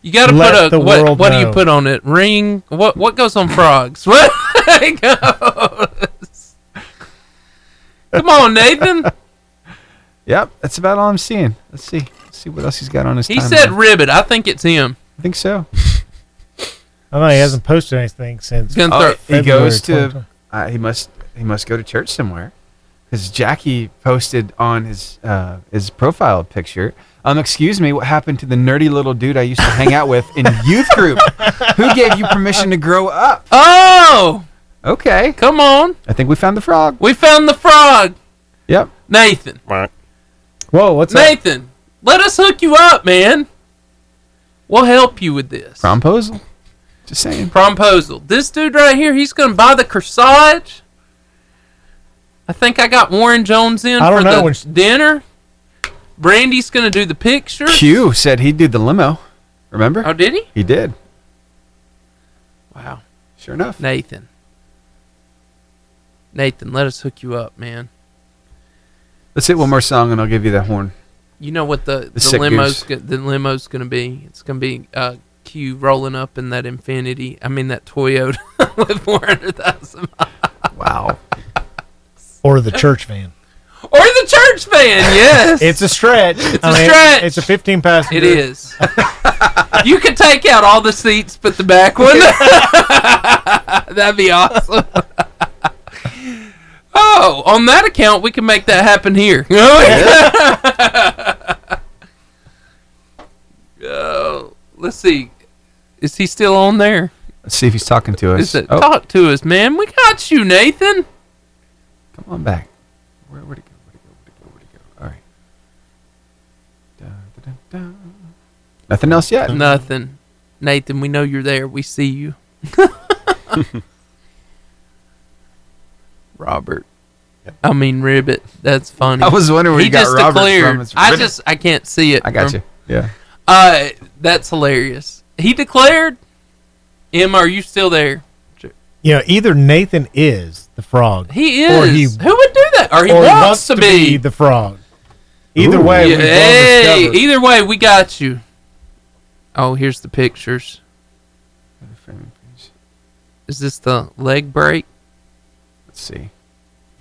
Speaker 9: you got to
Speaker 12: Let
Speaker 9: put a
Speaker 12: the
Speaker 9: what?
Speaker 12: world
Speaker 9: What do you
Speaker 12: know.
Speaker 9: put on it? Ring. What? What goes on frogs? What goes? Come on, Nathan.
Speaker 12: Yep, that's about all I'm seeing. Let's see. Let's see what else he's got on his.
Speaker 9: He
Speaker 12: timeline.
Speaker 9: said ribbit. I think it's him.
Speaker 12: I think so.
Speaker 10: I know he hasn't posted anything since.
Speaker 9: He's gonna
Speaker 12: Oh,
Speaker 9: throw-
Speaker 12: he
Speaker 10: February
Speaker 12: goes
Speaker 10: 2020.
Speaker 12: to. Uh, he must. He must go to church somewhere, because Jackie posted on his uh, his profile picture. Um, excuse me, what happened to the nerdy little dude I used to hang out with in youth group? Who gave you permission to grow up?
Speaker 9: Oh,
Speaker 12: Okay,
Speaker 9: come on.
Speaker 12: I think we found the frog.
Speaker 9: We found the frog,
Speaker 12: Yep.
Speaker 9: Nathan.
Speaker 10: Whoa, what's that?
Speaker 9: Nathan, let us hook you up, man. We'll help you with this.
Speaker 12: Promposal. Just saying.
Speaker 9: Promposal. This dude right here, he's gonna buy the corsage. I think I got Warren Jones in
Speaker 12: I don't
Speaker 9: for
Speaker 12: know
Speaker 9: the
Speaker 12: when she-
Speaker 9: dinner. Brandy's gonna do the picture.
Speaker 12: Q said he'd do the limo. Remember?
Speaker 9: Oh, did he?
Speaker 12: He did.
Speaker 9: Wow.
Speaker 12: Sure enough.
Speaker 9: Nathan. Nathan, let us hook you up, man.
Speaker 12: Let's hit one more song and I'll give you that horn.
Speaker 9: You know what the the,
Speaker 12: sick
Speaker 9: limo's
Speaker 12: goose.
Speaker 9: go- the limo's gonna be? It's gonna be uh, Q rolling up in that Infinity. I mean that Toyota with four hundred thousand.
Speaker 12: Wow.
Speaker 10: Or the church van.
Speaker 9: Or the church van. Yes.
Speaker 10: It's a stretch.
Speaker 9: It's
Speaker 10: a
Speaker 9: a stretch.
Speaker 10: It's a 15 passenger.
Speaker 9: It is. you could take out all the seats, but the back one. That'd be awesome. oh, on that account, we can make that happen here. Oh, let's see. Is he still on there?
Speaker 12: Let's see if he's talking to us.
Speaker 9: Is it,
Speaker 12: Oh,
Speaker 9: Talk to us, man. We got you, Nathan.
Speaker 12: come on back. Where would it go? Where'd it go? Where'd it go? Where'd it go? All right. Dun, dun, dun. Nothing else yet.
Speaker 9: Nothing. Nathan, we know you're there. We see you. Robert. I mean Ribbit. That's funny.
Speaker 12: I was wondering where
Speaker 9: he
Speaker 12: you got
Speaker 9: just
Speaker 12: Robert from.
Speaker 9: declared.
Speaker 12: It's
Speaker 9: I
Speaker 12: Ribbit.
Speaker 9: just I can't see it.
Speaker 12: I got
Speaker 9: from-
Speaker 12: you. Yeah.
Speaker 9: Uh, that's hilarious. He declared. Em, are you still there?
Speaker 10: You know, either Nathan is the frog.
Speaker 9: He
Speaker 10: Or
Speaker 9: is.
Speaker 10: he-
Speaker 9: Who would do that? Or he
Speaker 10: or
Speaker 9: wants, to be.
Speaker 10: the frog. Either way,
Speaker 9: Yeah,
Speaker 10: we've all
Speaker 9: hey,
Speaker 10: discovered.
Speaker 9: either way, we got you. Oh, here's the pictures. Is this the leg break?
Speaker 12: Let's see.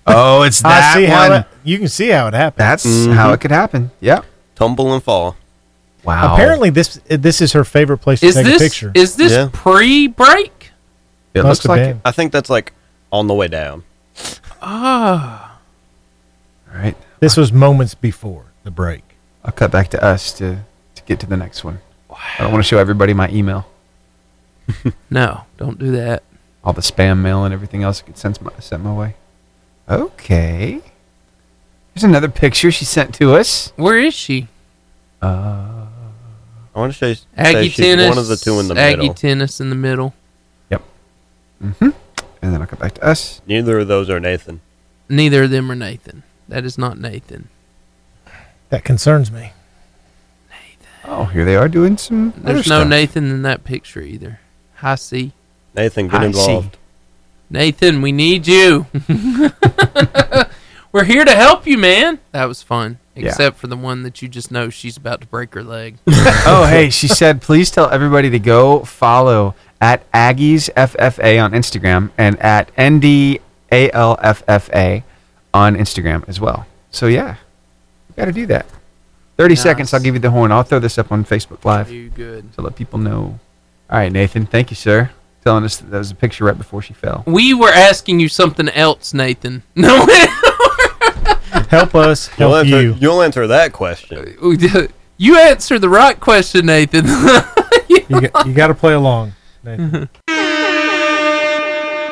Speaker 12: Oh, it's
Speaker 10: I
Speaker 12: that
Speaker 10: see how
Speaker 12: one.
Speaker 10: it- Mm-hmm. you can see how it happened.
Speaker 12: That's how it could happen. Yeah.
Speaker 11: Tumble and fall.
Speaker 12: Wow.
Speaker 10: Apparently, this this is her favorite place to
Speaker 9: Is
Speaker 10: take
Speaker 9: this
Speaker 10: a picture.
Speaker 9: is this
Speaker 11: Yeah.
Speaker 9: pre-break?
Speaker 11: It looks
Speaker 10: Must have
Speaker 11: like
Speaker 10: been.
Speaker 11: it. I think that's like on the way down.
Speaker 9: Ah,
Speaker 12: Right.
Speaker 10: This was moments before the break.
Speaker 12: I'll cut back to us to, to get to the next one. I don't want to show everybody my email.
Speaker 9: no, don't do that.
Speaker 12: All the spam mail and everything else it gets sent my, sent my way. Okay. Here's another picture she sent to us.
Speaker 9: Where is she?
Speaker 12: Uh,
Speaker 11: I want to show you. say
Speaker 9: Aggie
Speaker 11: she's
Speaker 9: tennis.
Speaker 11: One of the two in the
Speaker 9: Aggie
Speaker 11: middle.
Speaker 9: tennis in the middle.
Speaker 12: mm-hmm. And then I'll come back to us.
Speaker 11: Neither of those are Nathan.
Speaker 9: Neither of them are Nathan. That is not Nathan.
Speaker 10: That concerns me.
Speaker 12: Oh, here they are doing some.
Speaker 9: There's no Nathan in that picture either. Hi, C.
Speaker 11: Nathan, get
Speaker 9: I see.
Speaker 11: involved.
Speaker 9: Nathan, we need you. We're here to help you, man. That was fun,
Speaker 12: Yeah.
Speaker 9: except for the one that you just know she's about to break her leg.
Speaker 12: oh, hey, she said, please tell everybody to go follow at Aggies FFA on Instagram and at NDALFFA on Instagram as well. So, yeah, you got to do that. 30 seconds, I'll give you the horn. I'll throw this up on Facebook Live
Speaker 9: You good?
Speaker 12: to let people know. All right, Nathan, thank you, sir. Telling us that there was a picture right before she fell.
Speaker 9: We were asking you something else, Nathan. No,
Speaker 10: Help us
Speaker 11: You'll
Speaker 10: help
Speaker 11: answer,
Speaker 10: you.
Speaker 11: will answer that question.
Speaker 9: you answered the right question, Nathan.
Speaker 10: You got, you got to play along. Nathan.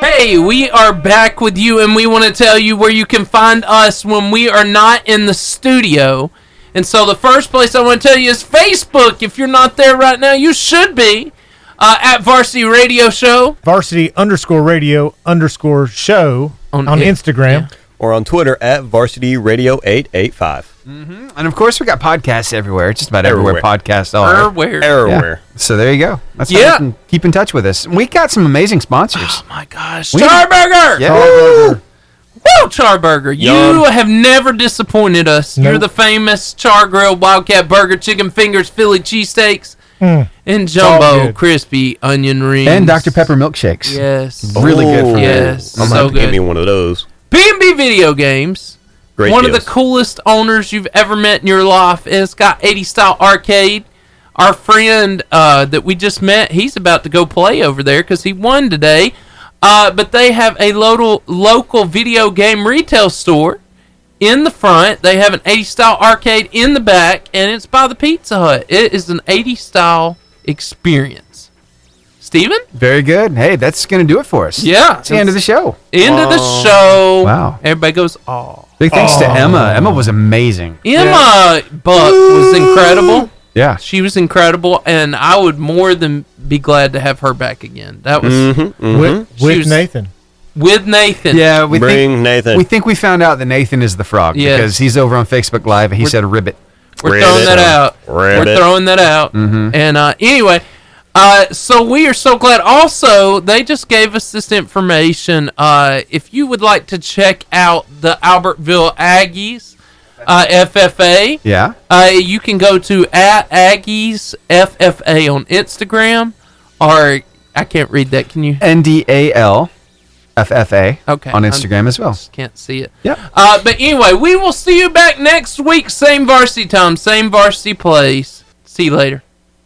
Speaker 9: Hey, we are back with you, and we want to tell you where you can find us when we are not in the studio. And so, the first place I want to tell you is Facebook. If you're not there right now, you should be uh, at Varsity Radio Show.
Speaker 10: Varsity underscore radio underscore show on,
Speaker 11: in-
Speaker 10: Instagram.
Speaker 11: Or on Twitter at Varsity Radio 885.
Speaker 12: And of course, we got podcasts everywhere. Just about everywhere,
Speaker 11: Everywhere.
Speaker 12: podcasts are.
Speaker 9: Everywhere.
Speaker 11: Everywhere.
Speaker 12: Yeah. So there you go. That's how
Speaker 9: Yeah.
Speaker 12: you can keep in touch with us. We got some amazing sponsors. Oh
Speaker 9: my gosh,
Speaker 12: We-
Speaker 9: Charburger!
Speaker 12: Yeah.
Speaker 9: Woo! Woo, Charburger! You
Speaker 12: Yum.
Speaker 9: have never disappointed us. You're
Speaker 12: Nope.
Speaker 9: the famous Char Grill Wildcat Burger, Chicken Fingers, Philly Cheesesteaks, and
Speaker 12: Mm. all
Speaker 9: Jumbo
Speaker 12: good.
Speaker 9: Crispy Onion Rings.
Speaker 12: And Dr. Pepper milkshakes.
Speaker 9: Yes.
Speaker 12: Really good for
Speaker 9: Oh.
Speaker 12: me.
Speaker 9: Yes,
Speaker 11: I'm
Speaker 9: so
Speaker 11: going to give
Speaker 9: good.
Speaker 11: me one of those.
Speaker 9: B&B Video Games.
Speaker 11: Great
Speaker 9: one of
Speaker 11: deals.
Speaker 9: the coolest owners you've ever met in your life. And it's got 80 style arcade. Our friend uh, that we just met, he's about to go play over there because he won today. Uh, but they have a local local video game retail store in the front. They have an 80 style arcade in the back, and it's by the Pizza Hut. It is an 80 style experience. Steven?
Speaker 12: Very good. Hey, that's going to do it for us.
Speaker 9: Yeah.
Speaker 12: It's the end of the show.
Speaker 9: End of the show.
Speaker 12: Wow.
Speaker 9: Everybody goes, oh.
Speaker 12: Big thanks to Emma. Emma was amazing.
Speaker 9: Emma Buck was incredible.
Speaker 12: Yeah.
Speaker 9: She was incredible, and I would more than be glad to have her back again. That was
Speaker 11: Mhm, mhm.
Speaker 10: With-
Speaker 9: Hmm? she
Speaker 10: with
Speaker 9: was-
Speaker 10: Nathan.
Speaker 9: With Nathan.
Speaker 12: Yeah, we
Speaker 11: Bring
Speaker 12: think,
Speaker 11: Nathan.
Speaker 12: We think we found out that Nathan is the frog
Speaker 9: Yes.
Speaker 12: because he's over on Facebook Live and he said ribbit.
Speaker 9: We're throwing that out. We're
Speaker 12: Ribbit.
Speaker 9: throwing that out.
Speaker 12: Mhm.
Speaker 9: And uh, anyway, uh, so we are so glad. Also, they just gave us this information. Uh, if you would like to check out the Albertville Aggies uh, FFA,
Speaker 12: Yeah.
Speaker 9: Uh, you can go to at Aggies FFA on Instagram, or I can't read that. Can you?
Speaker 12: N D A L F F A
Speaker 9: Okay,
Speaker 12: on
Speaker 9: I'm-
Speaker 12: Instagram as well.
Speaker 9: Can't see it.
Speaker 12: Yeah.
Speaker 9: Uh, but anyway, we will see you back next week. Same varsity time, same varsity place. See you later.